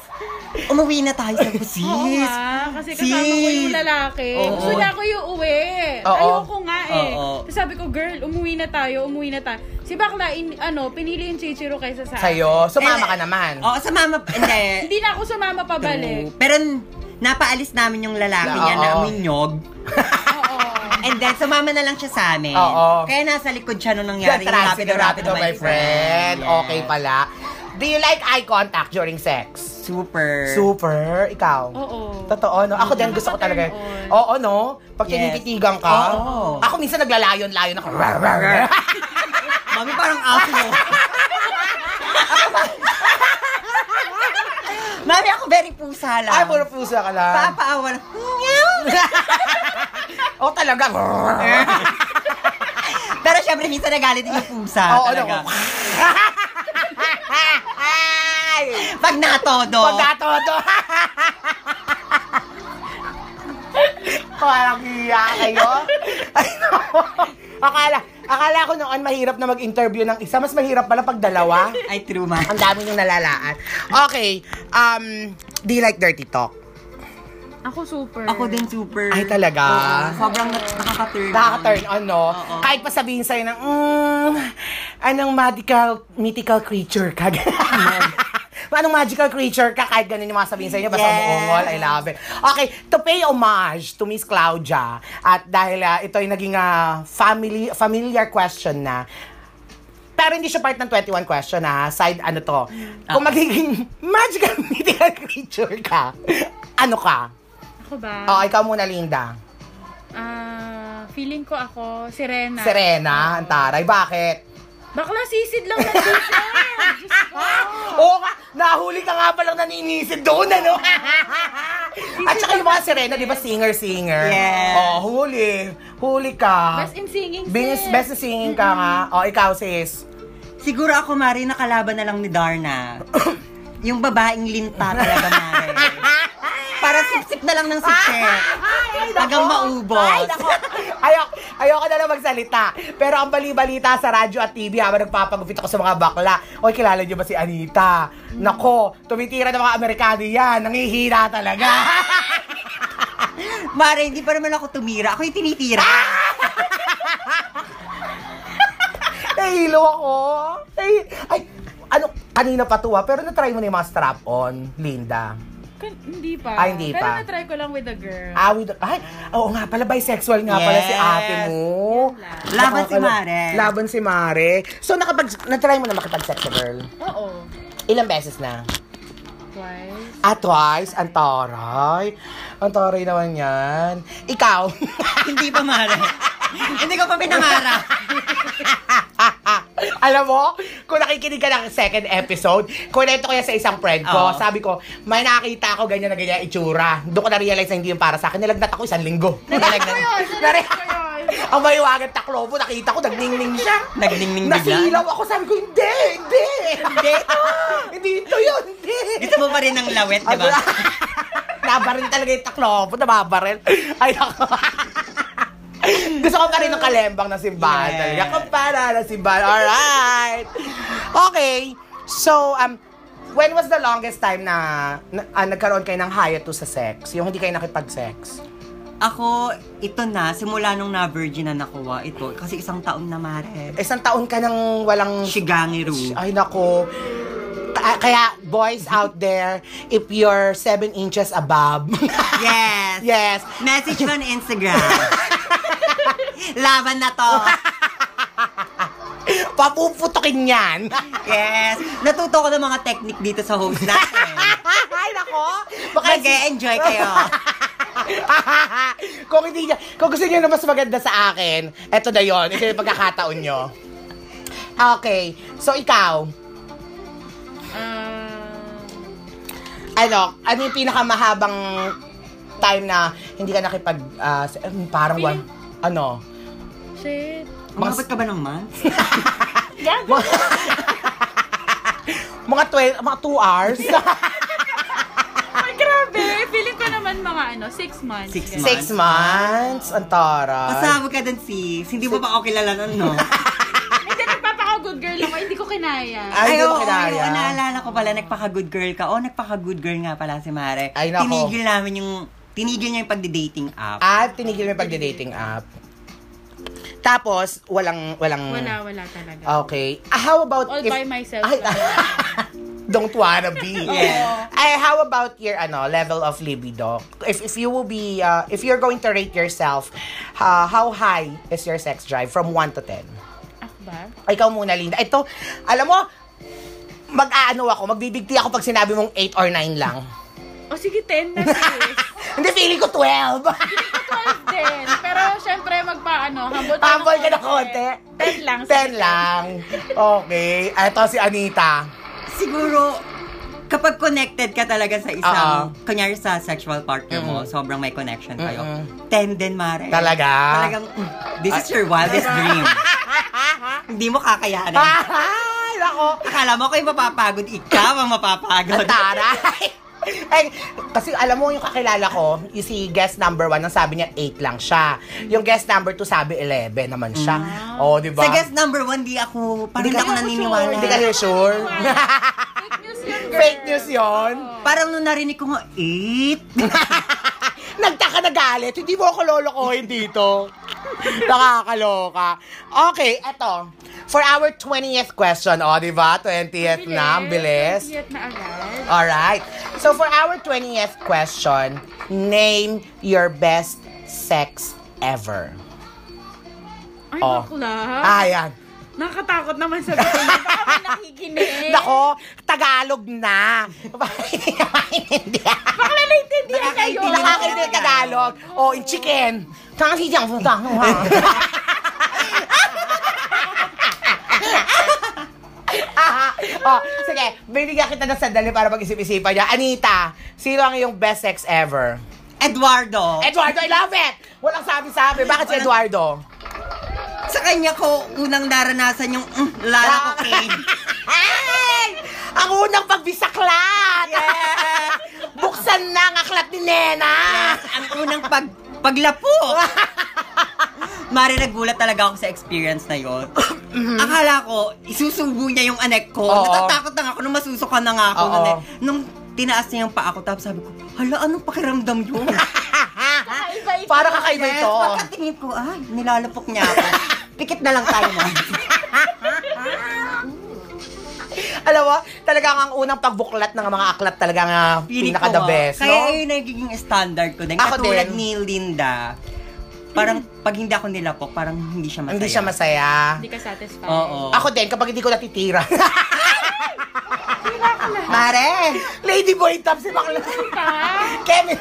Speaker 2: umuwi na tayo. Sabi ko,
Speaker 3: Oo
Speaker 2: sis.
Speaker 3: nga, kasi kasama ko yung
Speaker 2: Sis.
Speaker 3: lalaki.
Speaker 2: Oo.
Speaker 3: Gusto niya ako yung uwi.
Speaker 1: Oo.
Speaker 3: Ayoko nga eh.
Speaker 2: Oo.
Speaker 3: Tapos sabi ko, girl, umuwi na tayo, umuwi na tayo. Si Bakla, in- ano, pinili yung Chichiro kaysa sa akin.
Speaker 1: Sa'yo, sumama ka naman.
Speaker 2: Oo, sa mama. Hindi.
Speaker 3: Hindi na ako sumama pabalik.
Speaker 2: Pero napaalis namin yung lalaki niya na
Speaker 1: Oo.
Speaker 2: amoy nyog.
Speaker 3: Oo.
Speaker 2: And then, sumama na lang siya sa amin.
Speaker 1: Oo.
Speaker 2: Kaya nasa likod siya nung nangyari. yung
Speaker 1: Rapido, Rapido, my friend.
Speaker 2: Yes.
Speaker 1: Okay pala. Do you like eye contact during sex?
Speaker 2: Super.
Speaker 1: Super. Ikaw?
Speaker 3: Oo.
Speaker 1: Totoo, no? Ako din gusto ko talaga. eh.
Speaker 3: Nakaka-turn on.
Speaker 1: Oo, no? Pag
Speaker 2: Yes.
Speaker 1: tinititigan ka.
Speaker 2: Oo.
Speaker 1: Ako minsan naglalayon-layon ako. Rar, rar, rar.
Speaker 2: Mami, parang aso mo. Mami, ako very pusa lang.
Speaker 1: Ay, puro pusa ka lang.
Speaker 2: Papaawa lang. Meow!
Speaker 1: Oo, talaga.
Speaker 2: Pero syempre, minsan nagalit yung pusa.
Speaker 1: Oo, ano
Speaker 2: Ah, talaga.
Speaker 1: ko. Ay!
Speaker 2: Pag natodo.
Speaker 1: Pag natodo. Parang hiya kayo. Ay, no. Akala, akala ko noon mahirap na mag-interview ng isa. Mas mahirap pala pag dalawa.
Speaker 2: Ay, true, ma.
Speaker 1: Ang dami niyong nalalaan. Okay, um, do you like dirty talk?
Speaker 3: Ako super.
Speaker 2: Ako din super.
Speaker 1: Ay, talaga?
Speaker 2: Oo, sobrang nak- nakaka-turn.
Speaker 1: Nakaka-turn on, no?
Speaker 2: Oo.
Speaker 1: Ano? Kahit pa sabihin sa'yo ng, mm, anong magical, mythical creature ka? anong magical creature ka? Kahit ganun yung mga sabihin sa'yo, basta
Speaker 2: Yes.
Speaker 1: umuungol, I love it. Okay, to pay homage to Miss Claudia, at dahil ah, ito ay naging ah, family, familiar question na, pero hindi siya part ng 21 question ha. Side ano to.
Speaker 2: Ah.
Speaker 1: Kung magiging magical mythical creature ka, ano ka?
Speaker 3: Ako ba?
Speaker 1: Oh, ikaw muna, Linda.
Speaker 3: Ah, feeling ko ako, Serena.
Speaker 1: Serena, ang taray. Bakit?
Speaker 3: Bakla sisid lang ng sisid. Diyos ko.
Speaker 1: Oo nga, nahuli ka nga palang naninisid doon, ano? At saka yung mga Serena, di ba singer-singer?
Speaker 2: Yes.
Speaker 1: Oh, huli. Huli ka.
Speaker 3: Best in singing,
Speaker 1: Best,
Speaker 3: sis.
Speaker 1: Ah. best in singing ka nga. Oh, ikaw sis.
Speaker 2: Siguro ako, Mari, nakalaban na lang ni Darna. yung babaeng linta talaga, Mari. Para sip-sip na lang ng sip-sip. Hanggang maubos.
Speaker 1: Ay, nako. Ayok, ayoko na lang magsalita. Pero ang bali-balita sa radyo at TV habang nagpapagupit ako sa mga bakla. Oy, kilala niyo ba si Anita? Nako, tumitira ng mga Amerikano yan. Nangihina talaga.
Speaker 2: Mari, hindi pa naman ako tumira. Ako yung tinitira.
Speaker 1: Ah! Nahilo ako. Ay, ay, ano, kanina pa to ah, pero na-try mo na yung mga strap-on, Linda.
Speaker 3: Kan- hindi pa.
Speaker 1: Ah, hindi
Speaker 3: Pero
Speaker 1: pa.
Speaker 3: na-try ko lang with a girl.
Speaker 1: Ah, with, ay, oo nga pala, bisexual nga pala si
Speaker 2: Yes.
Speaker 1: ate mo.
Speaker 3: Yan lang.
Speaker 2: Laban si
Speaker 1: Nakakala-
Speaker 2: Mare.
Speaker 1: Laban si Mare. So, nakapag, na-try mo na makipag-sex sa girl?
Speaker 3: Oo.
Speaker 1: Ilang beses na?
Speaker 3: Twice.
Speaker 1: Ah, twice? Ang taray. Ang taray naman yan. Ikaw.
Speaker 2: hindi pa, Mari. hindi ko pa pinangarap.
Speaker 1: Alam mo, kung nakikinig ka ng second episode, kunento ko yan sa isang friend ko.
Speaker 2: Oo.
Speaker 1: Sabi ko, may nakita ako ganyan na ganyan itsura. Doon ko na-realize na hindi yung para sa akin. Nilagnat ako isang linggo.
Speaker 3: Narinig ko yun. Narinig ko
Speaker 1: Nare-
Speaker 3: yun.
Speaker 1: Ang mahiwagan taklobo, nakita ko, nagningning siya.
Speaker 2: Nagningning bigla.
Speaker 1: Nasilaw ako, sabi ko, hindi, hindi. Hindi ito. hindi ito yun, hindi.
Speaker 2: Gusto mo pa rin ng lawet, di ba?
Speaker 1: nabaril talaga yung taklobo, nababaril. Ay, ako. Gusto ko pa rin ng kalembang na simbahan
Speaker 2: Yes.
Speaker 1: talaga. Kumpara na simbahan. Alright. Okay. So, um, when was the longest time na, na ah, nagkaroon kayo ng hiatus sa sex? Yung hindi kayo nakipag-sex?
Speaker 2: Ako, ito na, simula nung na-virgin na nakuha ito, kasi isang taon na, Mare.
Speaker 1: Isang taon ka nang walang
Speaker 2: Shigangiru.
Speaker 1: Ay, nako. Ta- kaya, boys out there, if you're 7 inches above,
Speaker 2: Yes.
Speaker 1: yes,
Speaker 2: Message mo on Instagram. Laban na to.
Speaker 1: papuputokin yan.
Speaker 2: Yes. Natuto ko ng mga technique dito sa host natin.
Speaker 1: Ay, nako.
Speaker 2: Mag-enjoy kayo.
Speaker 1: kung hindi niya, kung gusto niyo na mas maganda sa akin, eto na yon. Ito yung pagkakataon nyo. Okay. So, ikaw,
Speaker 3: Um,
Speaker 1: ano, ano yung pinakamahabang time na hindi ka nakipag, ah, sa- um, parang one, ano?
Speaker 3: shit.
Speaker 2: Umabot ka ba ng month?
Speaker 3: Gago.
Speaker 1: Mga- mga 12, mga 2 hours.
Speaker 3: Ay, grabe. Feeling ko naman mga ano, six months.
Speaker 2: Six
Speaker 3: Ganun.
Speaker 2: months.
Speaker 1: Six months. Ang taray.
Speaker 2: Pasama ka dun, sis. Hindi mo pa ako kilala nun, no?
Speaker 3: Hindi, nagpapaka-good girl ako. Hindi ko kinaya.
Speaker 1: Ay, hindi mo
Speaker 2: oo,
Speaker 1: kinaya.
Speaker 2: oo, naalala ko pala, nagpaka-good girl ka. Oh, nagpaka-good girl nga pala si Mare.
Speaker 1: Ay, nako.
Speaker 2: Tinigil namin yung, tinigil niya yung pagdi-dating app.
Speaker 1: At tinigil mo yung pagde-dating app. Tapos, walang, walang...
Speaker 3: Wala, wala talaga.
Speaker 1: Okay. Ah, How about
Speaker 3: All
Speaker 1: if...
Speaker 3: by myself
Speaker 1: Ay,
Speaker 3: lang.
Speaker 1: don't wanna be.
Speaker 2: Yeah.
Speaker 1: Ay, how about your ano level of libido? If if you will be uh, if you're going to rate yourself, uh, how high is your sex drive from 1 to 10?
Speaker 3: Ako Ah, ba?
Speaker 1: Ikaw muna, Linda. Ito, alam mo, mag-aano ako, magbibigti ako pag sinabi mong 8 or 9 lang.
Speaker 3: O sige, 10 na sis.
Speaker 1: Hindi, feeling ko 12.
Speaker 3: 12 din. Pero syempre, ano, magpaano, humble tayo. ng
Speaker 1: Tambol ka na konti.
Speaker 3: 10 lang.
Speaker 1: 10 lang. Okay. Ito si Anita.
Speaker 2: siguro, kapag connected ka talaga sa isang,
Speaker 1: Oo.
Speaker 2: kunyari sa sexual partner mo, sobrang may connection kayo. Ten din, Mare.
Speaker 1: Talaga?
Speaker 2: Talagang, mm, this
Speaker 1: Ah.
Speaker 2: is your wildest dream. Hindi mo
Speaker 1: Ah.
Speaker 2: kakayanin.
Speaker 1: Ay, ako.
Speaker 2: Akala mo kayo mapapagod, ikaw ang mapapagod.
Speaker 1: Taray. Ay, kasi alam mo yung kakilala ko, yung si guest number one, ang sabi niya 8 lang siya. Yung guest number 2 sabi 11 naman siya. Oo, di ba?
Speaker 2: Sa guest number one, di ako,
Speaker 1: Ah.
Speaker 2: parang
Speaker 1: Hindi
Speaker 2: hindi
Speaker 1: ka-
Speaker 2: ako naniniwala.
Speaker 1: Hindi ka sure?
Speaker 3: Fake news yun, girl.
Speaker 1: Fake news yon.
Speaker 2: Parang nung narinig ko nga, eight?
Speaker 1: Nagtaka na galit. Hindi mo ako lolokohin dito. Nakakaloka. Okay, eto. For our 20th question, o, di ba? 20th na, ang bilis.
Speaker 3: 20th na agad.
Speaker 1: Alright. So, for our 20th question, name your best sex ever.
Speaker 3: Ay,
Speaker 1: Oh.
Speaker 3: bakla.
Speaker 1: Ayan.
Speaker 3: Nakakatakot naman sa bata. Baka may nakikinig.
Speaker 1: Nako, Tagalog na.
Speaker 3: Baka may naiintindihan kayo.
Speaker 2: Nakakaintindi na
Speaker 1: Nakakain ng Tagalog. O, oh, in chicken. Tangan si Jiang Futang. oh, sige, bibigyan kita ng sandali para mag-isip-isipan niya. Anita, sino ang iyong best sex ever?
Speaker 2: Eduardo.
Speaker 1: Eduardo, I love it! Walang sabi-sabi. Bakit si Eduardo?
Speaker 2: sa kanya ko unang naranasan yung mm,
Speaker 1: Ah.
Speaker 2: lala ko cane.
Speaker 1: Ay! Ang unang pagbisaklat!
Speaker 2: Yes!
Speaker 1: Buksan na ang aklat ni Nena!
Speaker 2: Ah, Ang unang pag paglapo. Mari nagulat talaga ako sa experience na yon. Akala ko, isusumbo niya yung anek ko.
Speaker 1: Mm-hmm. Oo.
Speaker 2: Natatakot na nga ako nung masusukan na nga ako.
Speaker 1: Oo.
Speaker 2: Nun eh. Nung tinaas niya yung paa ko, tapos sabi ko, hala, anong pakiramdam yun?
Speaker 3: Kakaiba ito.
Speaker 1: Para kakaiba ito.
Speaker 2: pagkatingin ko, ay, nilalapok niya ako. Pikit na lang tayo na.
Speaker 1: Alam mo, talagang ang unang pagbuklat ng mga aklat talagang uh, pinaka the best,
Speaker 2: ah. Kaya eh,
Speaker 1: no?
Speaker 2: yun ang nagiging standard ko din.
Speaker 1: Ako
Speaker 2: Katulad
Speaker 1: din.
Speaker 2: ni Linda, parang pag hindi ako nilapok, parang hindi siya masaya.
Speaker 1: Hindi siya masaya.
Speaker 3: Hindi ka satisfied.
Speaker 2: Oo.
Speaker 1: Ako din, kapag hindi ko natitira.
Speaker 2: Mare!
Speaker 1: Lady boy top si Bakla.
Speaker 3: Ka?
Speaker 1: Kevin.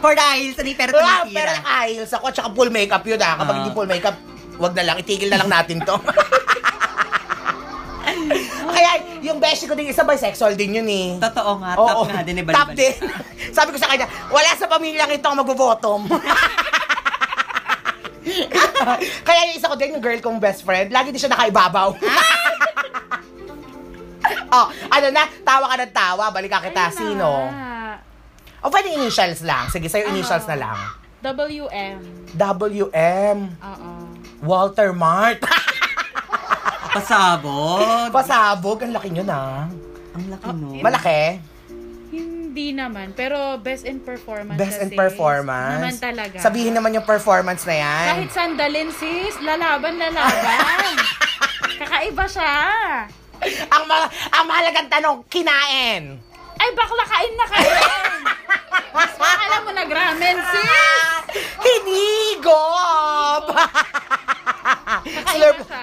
Speaker 2: For the eyes, hindi pero
Speaker 1: Wala, Ah, pero
Speaker 2: tinitira.
Speaker 1: ayos ako. Tsaka full makeup yun ah. Kapag
Speaker 2: Ah.
Speaker 1: hindi full makeup, wag na lang. Itigil na lang natin to. Kaya yung beshi ko din, isa ba sexual din yun eh.
Speaker 2: Totoo nga,
Speaker 1: Oo.
Speaker 2: top nga din. Eh,
Speaker 1: Top
Speaker 2: balibalik.
Speaker 1: din. Sabi ko sa kanya, wala sa pamilyang ito ang magbo-bottom. Kaya yung isa ko din, yung girl kong best friend, lagi din siya nakaibabaw. oh, ano na, tawa ka ng tawa, balik ka kita.
Speaker 3: Ayun
Speaker 1: Sino?
Speaker 3: na.
Speaker 1: O pwedeng initials lang. Sige, sa'yo
Speaker 3: Ano?
Speaker 1: initials na lang.
Speaker 3: WM.
Speaker 1: WM.
Speaker 3: Oo.
Speaker 1: Walter Mart.
Speaker 2: Pasabog.
Speaker 1: Pasabog. Ang laki yun ah.
Speaker 2: Ang laki no.
Speaker 1: Malaki.
Speaker 3: Hindi naman, pero best in performance
Speaker 1: Best in
Speaker 3: kasi.
Speaker 1: performance.
Speaker 3: Naman talaga.
Speaker 1: Sabihin naman yung performance na yan.
Speaker 3: Kahit sandalin sis, lalaban, lalaban. Kakaiba siya.
Speaker 1: ang, ma- ang mahalagang tanong, kinain.
Speaker 3: Ay, bakla kain na kain. Mas makala mo nag-ramen sis.
Speaker 1: Hinigop!
Speaker 3: Kakaiba Ano siya.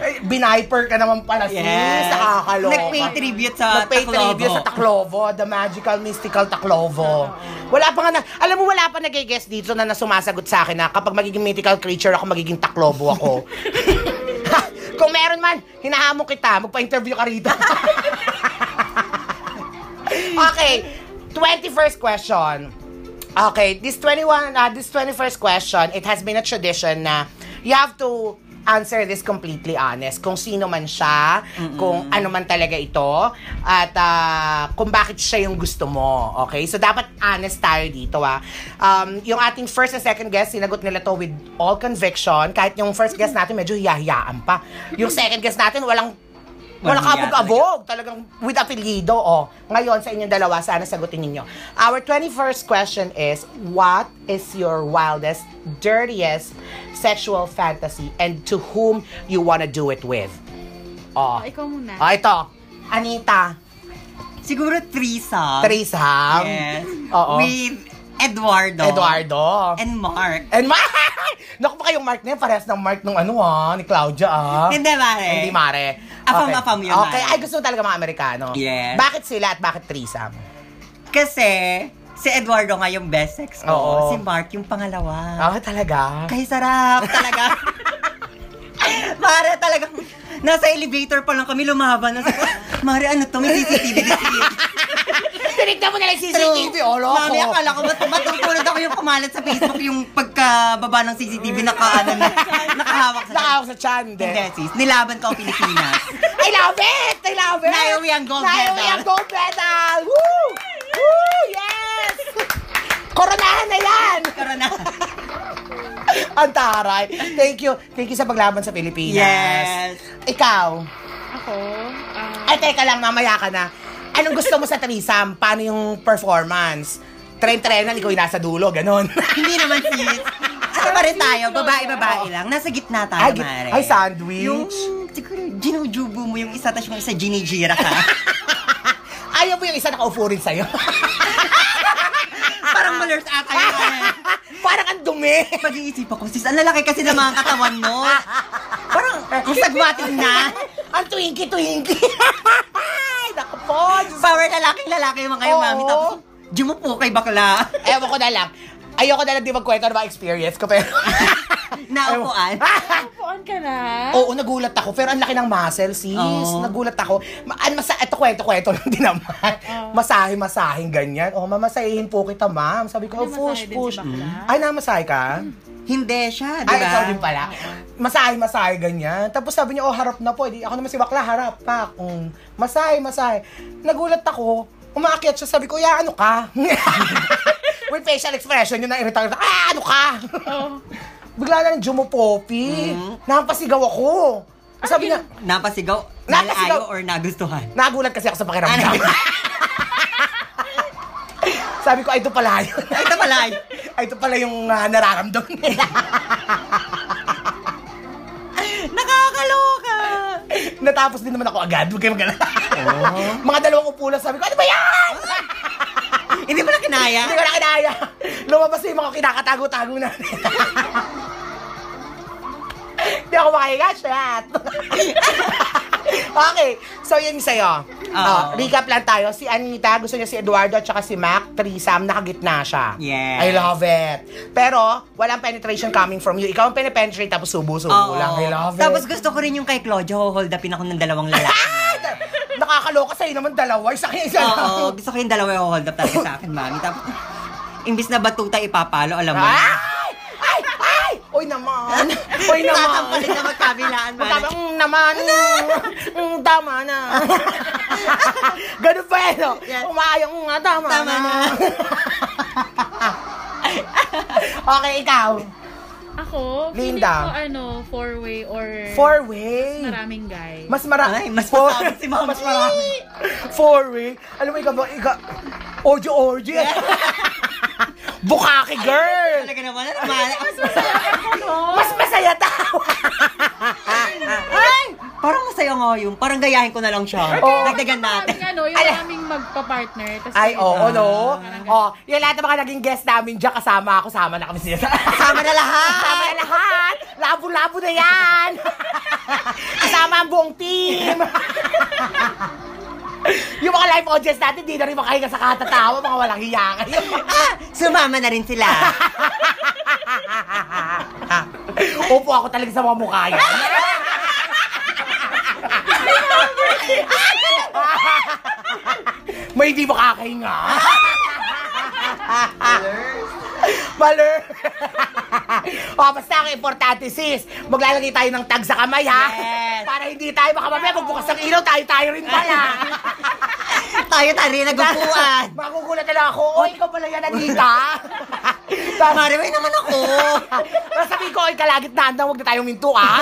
Speaker 1: Ay, Biniper ka naman pala sis.
Speaker 2: Yes.
Speaker 1: Nakakaloka.
Speaker 2: Nag-pay tribute sa
Speaker 1: Nag-pay
Speaker 2: Taclobo.
Speaker 1: tribute sa Taclovo. The magical, mystical Taclovo. Wala pa nga na, alam mo, wala pa nag-guess dito na nasumasagot sa akin na kapag magiging mythical creature ako, magiging Taclovo ako. Kung meron man, hinahamon kita. Magpa-interview ka rito. okay. 21st question. Okay, this 21 uh, this 21st question, it has been a tradition na you have to answer this completely honest. Kung sino man siya, kung ano man talaga ito, at ah, kung bakit siya yung gusto mo. Okay? So, dapat honest tayo dito, ah. Um, yung ating first and second guest, sinagot nila to with all conviction. Kahit yung first guest natin, medyo hiyahiyaan pa. Yung second guest natin, walang wala
Speaker 2: Walang
Speaker 1: ka
Speaker 2: hiya
Speaker 1: abog-abog. Talagang with apelido. Oh. Ngayon, sa inyong dalawa, sana sagutin ninyo. Our 21st question is, what is your wildest, dirtiest sexual fantasy and to whom you wanna do it with? Oh.
Speaker 3: Oh, ikaw muna.
Speaker 1: Oh, ito. Anita.
Speaker 2: Siguro threesome.
Speaker 1: Trisam.
Speaker 2: Ah, Yes.
Speaker 1: um, Oo.
Speaker 2: With Eduardo.
Speaker 1: Eduardo.
Speaker 2: And Mark.
Speaker 1: And Mark! Naku pa kayong Mark na yun. Parehas ng Mark nung ano ah, ni Claudia ah.
Speaker 2: Hindi, Mare.
Speaker 1: Hindi, Mare.
Speaker 2: Afam, afam Eh. yun, Mare.
Speaker 1: Okay, ay gusto mo talaga mga Amerikano.
Speaker 2: Yes.
Speaker 1: Bakit sila at bakit threesome?
Speaker 2: Kasi, si Eduardo nga yung best sex ko.
Speaker 1: Oo.
Speaker 2: Si Mark yung pangalawa.
Speaker 1: Ah, talaga?
Speaker 2: Kay sarap talaga. Mare talaga, nasa elevator pa lang kami lumaban. Nasa, Mare, ano to? May CCTV dito.
Speaker 1: Tinignan mo na lang yung CCTV, oh, loko.
Speaker 2: Mami, akala ko, ba't matutulad ako yung kumalat sa Facebook yung pagkababa ng CCTV naka, ano, na, nakahawak sa...
Speaker 1: Nakawak sa chan, de.
Speaker 2: Hindi, sis. Nilaban ko ang Pilipinas.
Speaker 1: I love it! I love it!
Speaker 2: Naiuwi ang gold
Speaker 1: Naiuwi
Speaker 2: medal.
Speaker 1: ang gold medal! Woo! Woo! Yes! Koronahan na yan!
Speaker 2: Karon na.
Speaker 1: Ang taray. Thank you. Thank you sa paglaban sa Pilipinas.
Speaker 2: Yes.
Speaker 1: Ikaw.
Speaker 3: Ako, ah,
Speaker 1: Ay, teka lang, mamaya ka na. Anong gusto mo sa threesome? Paano yung performance? Tren-trenan, ikaw yung nasa dulo, ganun.
Speaker 2: Hindi naman, sis. Ano pa rin tayo? Babae-babae lang. Nasa gitna
Speaker 1: Ay,
Speaker 2: tayo,
Speaker 1: Ah, git-
Speaker 2: mare.
Speaker 1: ay, sandwich.
Speaker 2: Yung, siguro, ginujubo mo yung isa, tapos yung isa, ginijira ka.
Speaker 1: Ayaw mo yung isa nakaupo rin sa'yo.
Speaker 2: Parang malers ata yun. eh.
Speaker 1: Parang ang dumi.
Speaker 2: Pag-iisip ako, sis, ang lalaki kasi ng mga katawan mo. Parang, ang sagwatin na.
Speaker 1: Ang tuinki-tuinki. Ay, Naku po. Diyos.
Speaker 2: Power lalaking lalaki yung mga yung
Speaker 1: Oo.
Speaker 2: mami. Tapos, Diyo mo po kay bakla.
Speaker 1: Ewan ko na lang. Ayoko na lang di magkwento ng mga experience ko, pero...
Speaker 2: Naupuan.
Speaker 3: Upuan ka na.
Speaker 1: Oo, nagulat ako. Pero ang laki ng muscle, sis.
Speaker 2: Oo.
Speaker 1: Nagulat ako. Ma- an- masa ito, kwento-kwento lang din naman. Masahe-masahing ganyan. Oh, mamasahihin po kita, ma'am. Sabi ko, oh, push,
Speaker 3: Hindi Ano, masahe din si
Speaker 1: push.
Speaker 3: bakla.
Speaker 1: Ay, namasahe ka?
Speaker 2: Hindi siya, di
Speaker 1: Ay,
Speaker 2: ba?
Speaker 1: ikaw din pala. Diba? Masahe, masahe, ganyan. Tapos sabi niya, oh, harap na po. Di, ako naman si Bakla, harap pa. Mm. Masahe, masahe. Nagulat ako. Umaakyat siya, sabi ko, ya, ano ka? With facial expression, yun na irritable. Ah, ano ka?
Speaker 3: Oh.
Speaker 1: Bigla na lang jumopopi. Napasigaw ako. Sabi niya,
Speaker 2: Napasigaw,
Speaker 1: Napasigaw.
Speaker 2: nalaayo or nagustuhan?
Speaker 1: Nagulat kasi ako sa pakiramdam.
Speaker 2: Ano?
Speaker 1: Sabi ko, ay, ito pala yun.
Speaker 2: Ay, ito pala.
Speaker 1: ay, ito pala yung ah, nararamdam nila.
Speaker 2: Nakakaloka.
Speaker 1: Natapos din naman ako agad. Huwag kayo magalala.
Speaker 2: Oh.
Speaker 1: Mga dalawang upo lang, sabi ko, ano ba yan?
Speaker 2: Hindi mo na kinaya?
Speaker 1: Hindi ko na kinaya. Lumabas na yung mga kinakatago-tago na. Hindi ako makahiga, chat. okay, so yun sa'yo.
Speaker 2: Oo.
Speaker 1: Oh, recap lang tayo. Si Anita, gusto niya si Eduardo at saka si Mac. Threesome, nakagitna siya.
Speaker 2: Yes.
Speaker 1: I love it. Pero, walang penetration coming from you. Ikaw ang penepenetrate tapos subo-subo
Speaker 2: Oo.
Speaker 1: lang. I love it.
Speaker 2: Tapos gusto ko rin yung kay Claudio, hold upin ako ng dalawang lalaki.
Speaker 1: Ah! Nakakaloka sa'yo naman dalawa. Isa kaya isa lang.
Speaker 2: Oo, gusto ko yung dalawa yung hold up talaga sa akin, mami. Tapos, imbis na batuta ipapalo, alam mo.
Speaker 1: Ay! Ay! Ay! Oy naman! Oy naman!
Speaker 2: Tatampalin na magkabilaan, mami.
Speaker 1: Magkabang naman! Mm, tama na! Ganun pa eh, no?
Speaker 2: Yes.
Speaker 1: Umaayong nga, tama,
Speaker 2: Tama
Speaker 1: na.
Speaker 2: na.
Speaker 1: okay, ikaw.
Speaker 3: Ako, feeling
Speaker 1: Linda.
Speaker 3: ko ano, four-way or
Speaker 1: Four-way.
Speaker 3: maraming guy.
Speaker 1: Mas marami.
Speaker 2: Ay, mas masama si Ma'am.
Speaker 1: Mas marami. Four-way. Alam mo, ikaw ba, ikaw, orgy-orgy. Bukaki girl!
Speaker 2: Talaga naman, ano naman?
Speaker 3: Mas masaya ako, no?
Speaker 1: Mas masaya tawa.
Speaker 2: Ay! Parang masaya nga yun. Parang gayahin ko na lang siya.
Speaker 1: Oo.
Speaker 2: Dagdagan natin.
Speaker 3: Maraming ano, yung
Speaker 1: Ala.
Speaker 3: maraming magpa-partner. Tas
Speaker 1: Ay,
Speaker 3: may-
Speaker 1: oo,
Speaker 3: Ah,
Speaker 1: no?
Speaker 3: parang ganun.
Speaker 1: Oh, yung lahat ng mga naging guest namin dyan, kasama ako, sama na kami sila.
Speaker 2: Kasama na lahat.
Speaker 1: Kasama na lahat! Labo-labo na yan! Kasama ang buong team! yung mga live audience natin, di na rin makahinga sa katatawa, mga walang hiya ngayon.
Speaker 2: Ah, sumama na rin sila.
Speaker 1: Upo ako talaga sa mga mukha yan. May hindi makakahinga. Maler. o, basta ang importante, sis, maglalagay tayo ng tag sa kamay, ha?
Speaker 2: Yes.
Speaker 1: Para hindi tayo baka mamaya magbukas ng ilaw, tayo-tayo rin pala.
Speaker 2: tayo tayo rin nagupuan.
Speaker 1: Magugulat na lang ako, o, ikaw pala yan, Anita. Tama
Speaker 2: Marimay naman ako.
Speaker 1: Pero sabi ko, ay kalagitnaan daw, huwag na tayong minto, ah.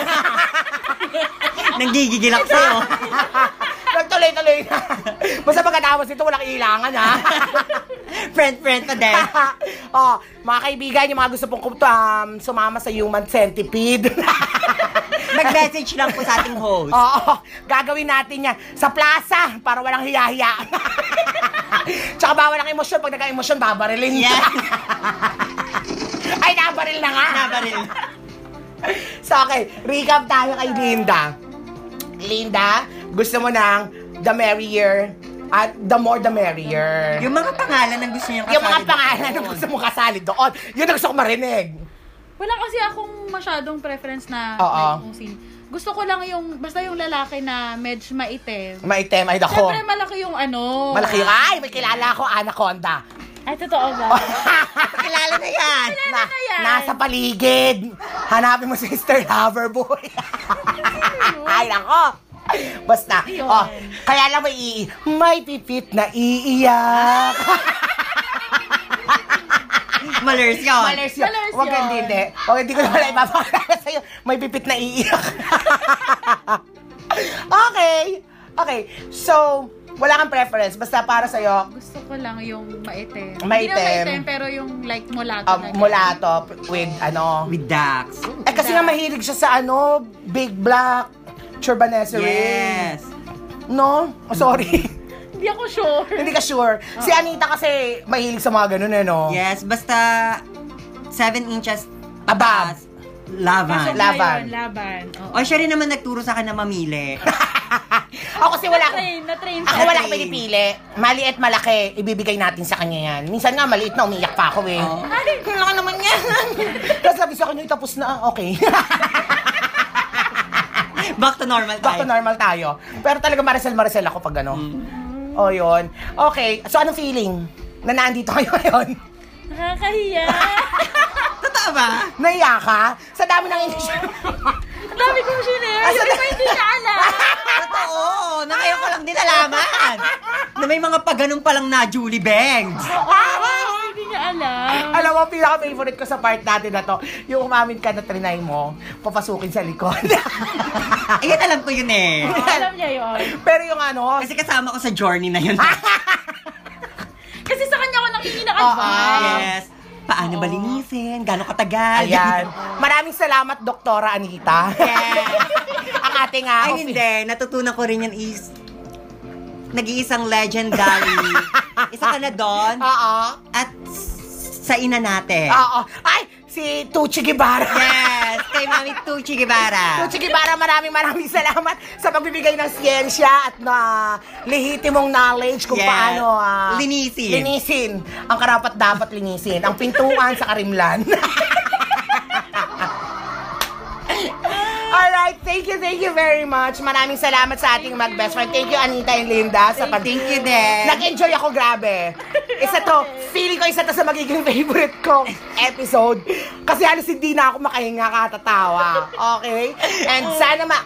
Speaker 2: Nanggigigil ako sa'yo.
Speaker 1: Nagtuloy-tuloy na. Basta pagkatapos nito, walang ilangan, ha.
Speaker 2: Friend-friend pa din.
Speaker 1: oh, mga kaibigan, yung mga gusto pong kumpto, um, sumama sa human centipede.
Speaker 2: Mag-message lang po sa ating host.
Speaker 1: Oo, gagawin natin yan sa plaza para walang hiya-hiya. Tsaka bawal ang emosyon. Pag nagka-emosyon, babarilin.
Speaker 2: Yes.
Speaker 1: Ay, nabaril na nga.
Speaker 2: Nabaril.
Speaker 1: So, okay. Recap tayo kay Linda. Linda, gusto mo ng the merrier at the more the merrier. Yung,
Speaker 2: Yung mga pangalan ng gusto niyang kasali.
Speaker 1: mga
Speaker 2: doon.
Speaker 1: pangalan na gusto mo kasali doon. Yun ang gusto ko marinig.
Speaker 3: Wala kasi akong masyadong preference na
Speaker 1: Oo.
Speaker 3: like, kung sino. Gusto ko lang yung, basta yung lalaki na medyo maitim.
Speaker 1: Maitem ay dako.
Speaker 3: Siyempre, malaki yung ano.
Speaker 1: Malaki yung, ay, may kilala ako, Anaconda.
Speaker 3: Ay, totoo ba?
Speaker 2: Kilala na yan.
Speaker 1: na,
Speaker 3: na yan.
Speaker 1: nasa paligid. Hanapin mo si Mr. Loverboy. Ay, nako. Basta.
Speaker 3: Yun.
Speaker 1: Oh, kaya lang may ii. May pipit na iiyak.
Speaker 2: Malers yun.
Speaker 1: Malers yun.
Speaker 3: Malers
Speaker 1: Huwag
Speaker 3: yun.
Speaker 1: hindi, hindi. Huwag hindi ko na wala ipapakilala sa'yo. May pipit na iiyak. okay. Okay. So, wala kang preference. Basta para sa'yo,
Speaker 3: Gusto ko lang yung maitim. Hindi
Speaker 1: Maitim.
Speaker 3: naman maitim, pero yung like mulato
Speaker 1: um,
Speaker 3: na.
Speaker 1: mulato with ano.
Speaker 2: With ducks.
Speaker 1: Eh, kasi nga mahilig siya sa ano, big black churbanesery.
Speaker 2: Yes.
Speaker 1: No? Oh, sorry.
Speaker 3: Hindi ako sure.
Speaker 1: Hindi ka sure. Si Anita kasi mahilig sa mga ganun eh, no?
Speaker 2: Oh. Yes, basta 7 inches
Speaker 1: Above.
Speaker 2: Laban.
Speaker 1: Ah, Laban.
Speaker 3: Pasok Laban. laban. Oo.
Speaker 2: O siya rin naman nagturo sa akin na mamili.
Speaker 1: Ako kasi wala akong...
Speaker 3: Na-train, na-train
Speaker 1: Ako
Speaker 3: siya.
Speaker 1: wala akong
Speaker 2: Na-train.
Speaker 1: pinipili. Maliit, malaki, ibibigay natin sa kanya yan. Minsan nga, maliit na, umiiyak pa ako eh.
Speaker 2: Oo.
Speaker 1: Ano Wala ka naman yan. Tapos sabi sa kanya, tapos na, okay.
Speaker 2: Back to normal
Speaker 1: Back to
Speaker 2: tayo.
Speaker 1: normal tayo. Pero talaga marasel-marasel ako pag ano. O yun. Okay, so anong feeling na nandito kayo ngayon?
Speaker 3: Nakakahiya.
Speaker 2: Totoo ba?
Speaker 1: Naiya ka? Sa dami ng initial.
Speaker 3: Ang dami kong sinare.
Speaker 1: Ah, sa-
Speaker 3: Hindi pa hindi niya alam.
Speaker 2: Totoo! Na ngayon ko lang din alaman! na may mga pagganong palang na Julie Bangs!
Speaker 3: Hindi niya alam.
Speaker 1: Alam mo, pinaka-favorite ko sa part natin na to, yung umamin ka na trinay mo, papasukin sa likod.
Speaker 2: Ayan, alam ko yun eh.
Speaker 3: Oo, Alam niya yun.
Speaker 1: Pero yung ano,
Speaker 2: Kasi kasama ko sa journey na yun.
Speaker 3: Kasi sa kanya ako nakikinig
Speaker 1: Oo.
Speaker 3: advice
Speaker 2: yes. Paano ba linisin? Gano'ng katagal?
Speaker 1: ayan. Maraming salamat, Doktora Anita. Ang ating ah,
Speaker 2: Ay, hindi. Natutunan ko rin yan is nag-iisang legendary. Isa ka na doon.
Speaker 1: Oo.
Speaker 2: At s- sa ina natin.
Speaker 1: Oo. Ay, si Tuchi Guevara.
Speaker 2: Yes! Kay Mami Tucci Guevara.
Speaker 1: Tuchi Guevara, maraming maraming salamat sa pagbibigay ng siyensya at na lehitimong knowledge kung
Speaker 2: Yes.
Speaker 1: paano ah,
Speaker 2: Linisin.
Speaker 1: Linisin. Ang karapat dapat linisin. Ang pintuan sa karimlan. Alright, thank you, thank you very much. Maraming salamat sa ating mag-best friend. Thank you, Anita and Linda, sa pag...
Speaker 2: Thank you din.
Speaker 1: Nag-enjoy ako, grabe. Isa to, feeling ko isa to sa magiging favorite ko episode. Kasi halos hindi na ako makahinga katatawa. Okay? And sana ma...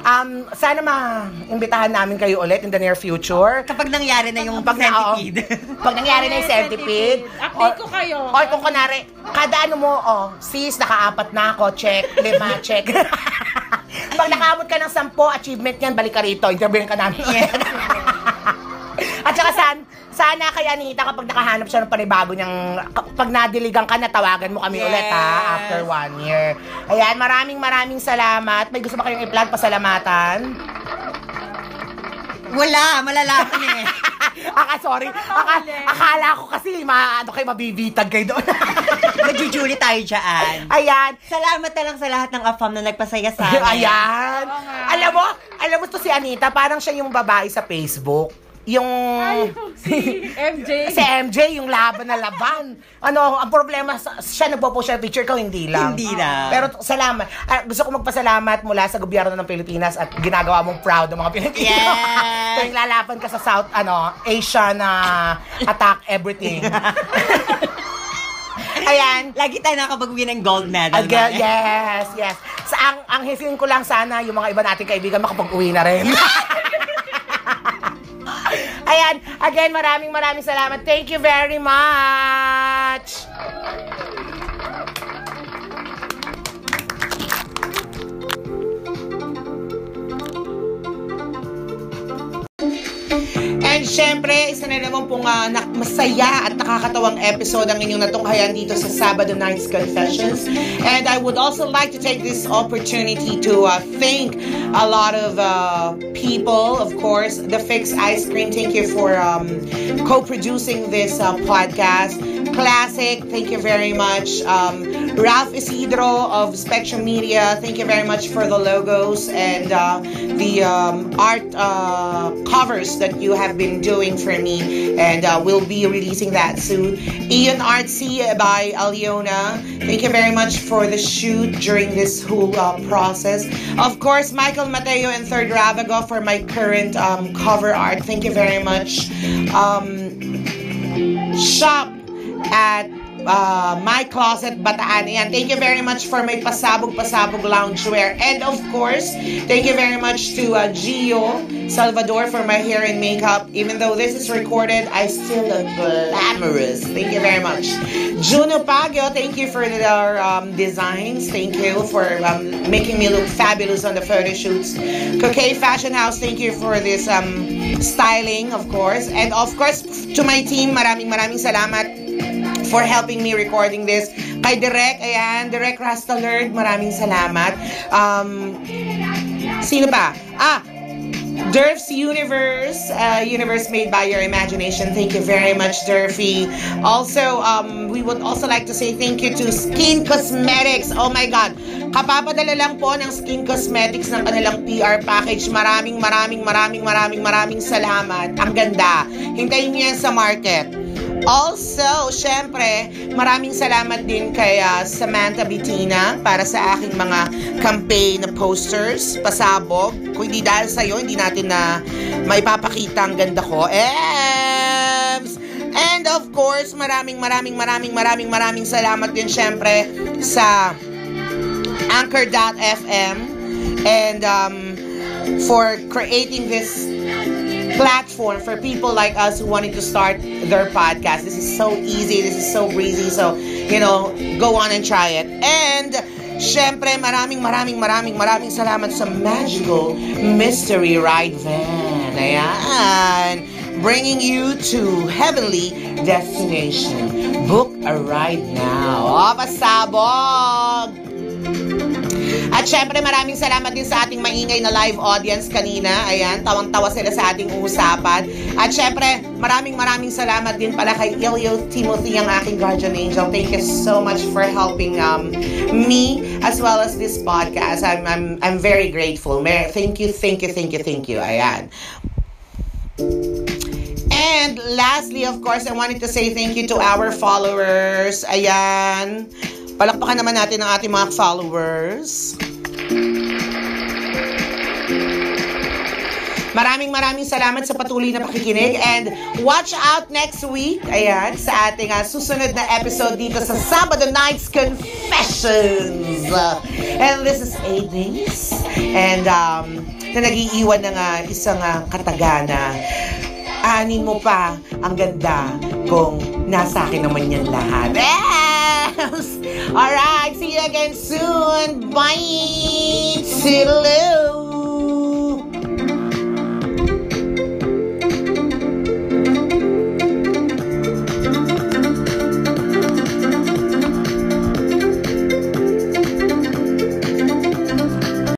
Speaker 1: Um, sana ma-imbitahan namin kayo ulit in the near future.
Speaker 2: Kapag nangyari na yung
Speaker 1: Pag na, oo.
Speaker 2: centipede.
Speaker 1: pag nangyari na yung centipede.
Speaker 3: Update ko kayo.
Speaker 1: O or kung kunwari, kada ano mo, oh, sis, nakaapat na ako, check, lima, check. pag nakaabot ka ng sampo, achievement yan, balik ka rito, interviewin ka namin.
Speaker 2: Yes.
Speaker 1: At saka san, sana kay Anita kapag nakahanap siya ng panibago niyang, kapag nadiligan ka, natawagan mo kami
Speaker 2: Yes.
Speaker 1: ulit ha, after one year. Ayan, maraming maraming salamat. May gusto ba kayong i-plug pasalamatan?
Speaker 2: Wala, malalaman eh.
Speaker 1: Aka, sorry. Aka, akala ko kasi maano kayo, mabibitag kayo doon.
Speaker 2: Majujuli tayo dyan.
Speaker 1: Ayan.
Speaker 2: Salamat na lang sa lahat ng afam na nagpasaya sa amin.
Speaker 1: Ayan.
Speaker 3: Oo nga.
Speaker 1: Alam mo, alam mo to si Anita, parang siya yung babae sa Facebook. Yung...
Speaker 3: Ay, si MJ.
Speaker 1: si MJ, yung laban na laban. Ano, ang problema, sa- siya nagpo-post siya ng picture ko, hindi lang.
Speaker 2: Hindi lang.
Speaker 1: Pero t- salamat. Ah, gusto ko magpasalamat mula sa gobyerno ng Pilipinas at ginagawa mong proud ng mga Pilipino.
Speaker 2: Yes.
Speaker 1: Tuwing lalaban ka sa South, ano, Asia na attack everything. Ayan.
Speaker 2: Lagi tayo nakapag-win ng gold medal.
Speaker 1: Again,
Speaker 2: Mare.
Speaker 1: yes, yes. Sa ang ang hiling ko lang sana yung mga iba nating kaibigan makapag-uwi na rin. Ayan, again, maraming maraming salamat. Thank you very much. And syempre, isa na naman pong ah, nak- masaya at nakakatawang episode ang inyong natunghayan dito sa Sabado Night's Confessions. And I would also like to take this opportunity to uh, thank a lot of uh, people, of course, The Fix Ice Cream, thank you for um, co-producing this uh, podcast. Classic, thank you very much. Um, Ralph Isidro of Spectrum Media, thank you very much for the logos and uh, the um, art uh, covers that you have been doing for me, and uh, we'll be releasing that soon. Ian Artsy by Aliona, thank you very much for the shoot during this whole uh, process. Of course, Michael Mateo and Third Ravago for my current um, cover art, thank you very much. Um, shop at uh, My Closet Bataan. Ayan, thank you very much for my Pasabog Pasabog Loungewear. And of course, thank you very much to uh, Gio Salvador for my hair and makeup. Even though this is recorded, I still look glamorous. Thank you very much. Juno Pagio, thank you for your um, designs. Thank you for um, making me look fabulous on the photo shoots. Cocaine Fashion House, thank you for this um, styling, of course. And of course, to my team, maraming maraming salamat for helping me recording this. Kay Direk, ayan, Direk Rasta Lord, maraming salamat. Um, sino pa? Ah, Durf's Universe, uh, universe made by your imagination. Thank you very much, Durfy. Also, um, we would also like to say thank you to Skin Cosmetics. Oh my God. Kapapadala lang po ng Skin Cosmetics ng kanilang PR package. Maraming, maraming, maraming, maraming, maraming salamat. Ang ganda. Hintayin niyo yan sa market. Also, syempre, maraming salamat din kay ah, Samantha Bitina para sa aking mga campaign na posters, pasabog. Kung hindi dahil sa'yo, hindi natin na maipapakita ang ganda ko. Ems! And of course, maraming maraming maraming maraming maraming salamat din syempre sa Anchor.fm and um, for creating this platform for people like us who wanted to start their podcast. This is so easy. This is so breezy. So, you know, go on and try it. And, syempre, maraming, maraming, maraming, maraming salamat sa Magical Mystery Ride Van. Ayan. Bringing you to heavenly destination. Book a ride now. O, pasabog! At syempre, maraming salamat din sa ating maingay na live audience kanina. Ayan, tawang-tawa sila sa ating usapan. At syempre, maraming maraming salamat din pala kay Ilio Timothy, ang aking guardian angel. Thank you so much for helping um, me as well as this podcast. I'm, I'm, I'm very grateful. Mer- Thank you, thank you, thank you, thank you. Ayan. And lastly, of course, I wanted to say thank you to our followers. Ayan. Palakpakan naman natin ang ating mga followers. Maraming maraming salamat sa patuloy na pakikinig and watch out next week, ayan, sa ating ah, susunod na episode dito sa Sabado Night's Confessions. And this is A Days. And um, na nag-iiwan ng ah, isang ah, katagana. Ani mo pa ang ganda kung nasa akin naman yan lahat. Yes! Alright, see you again soon. Bye! Toodaloo!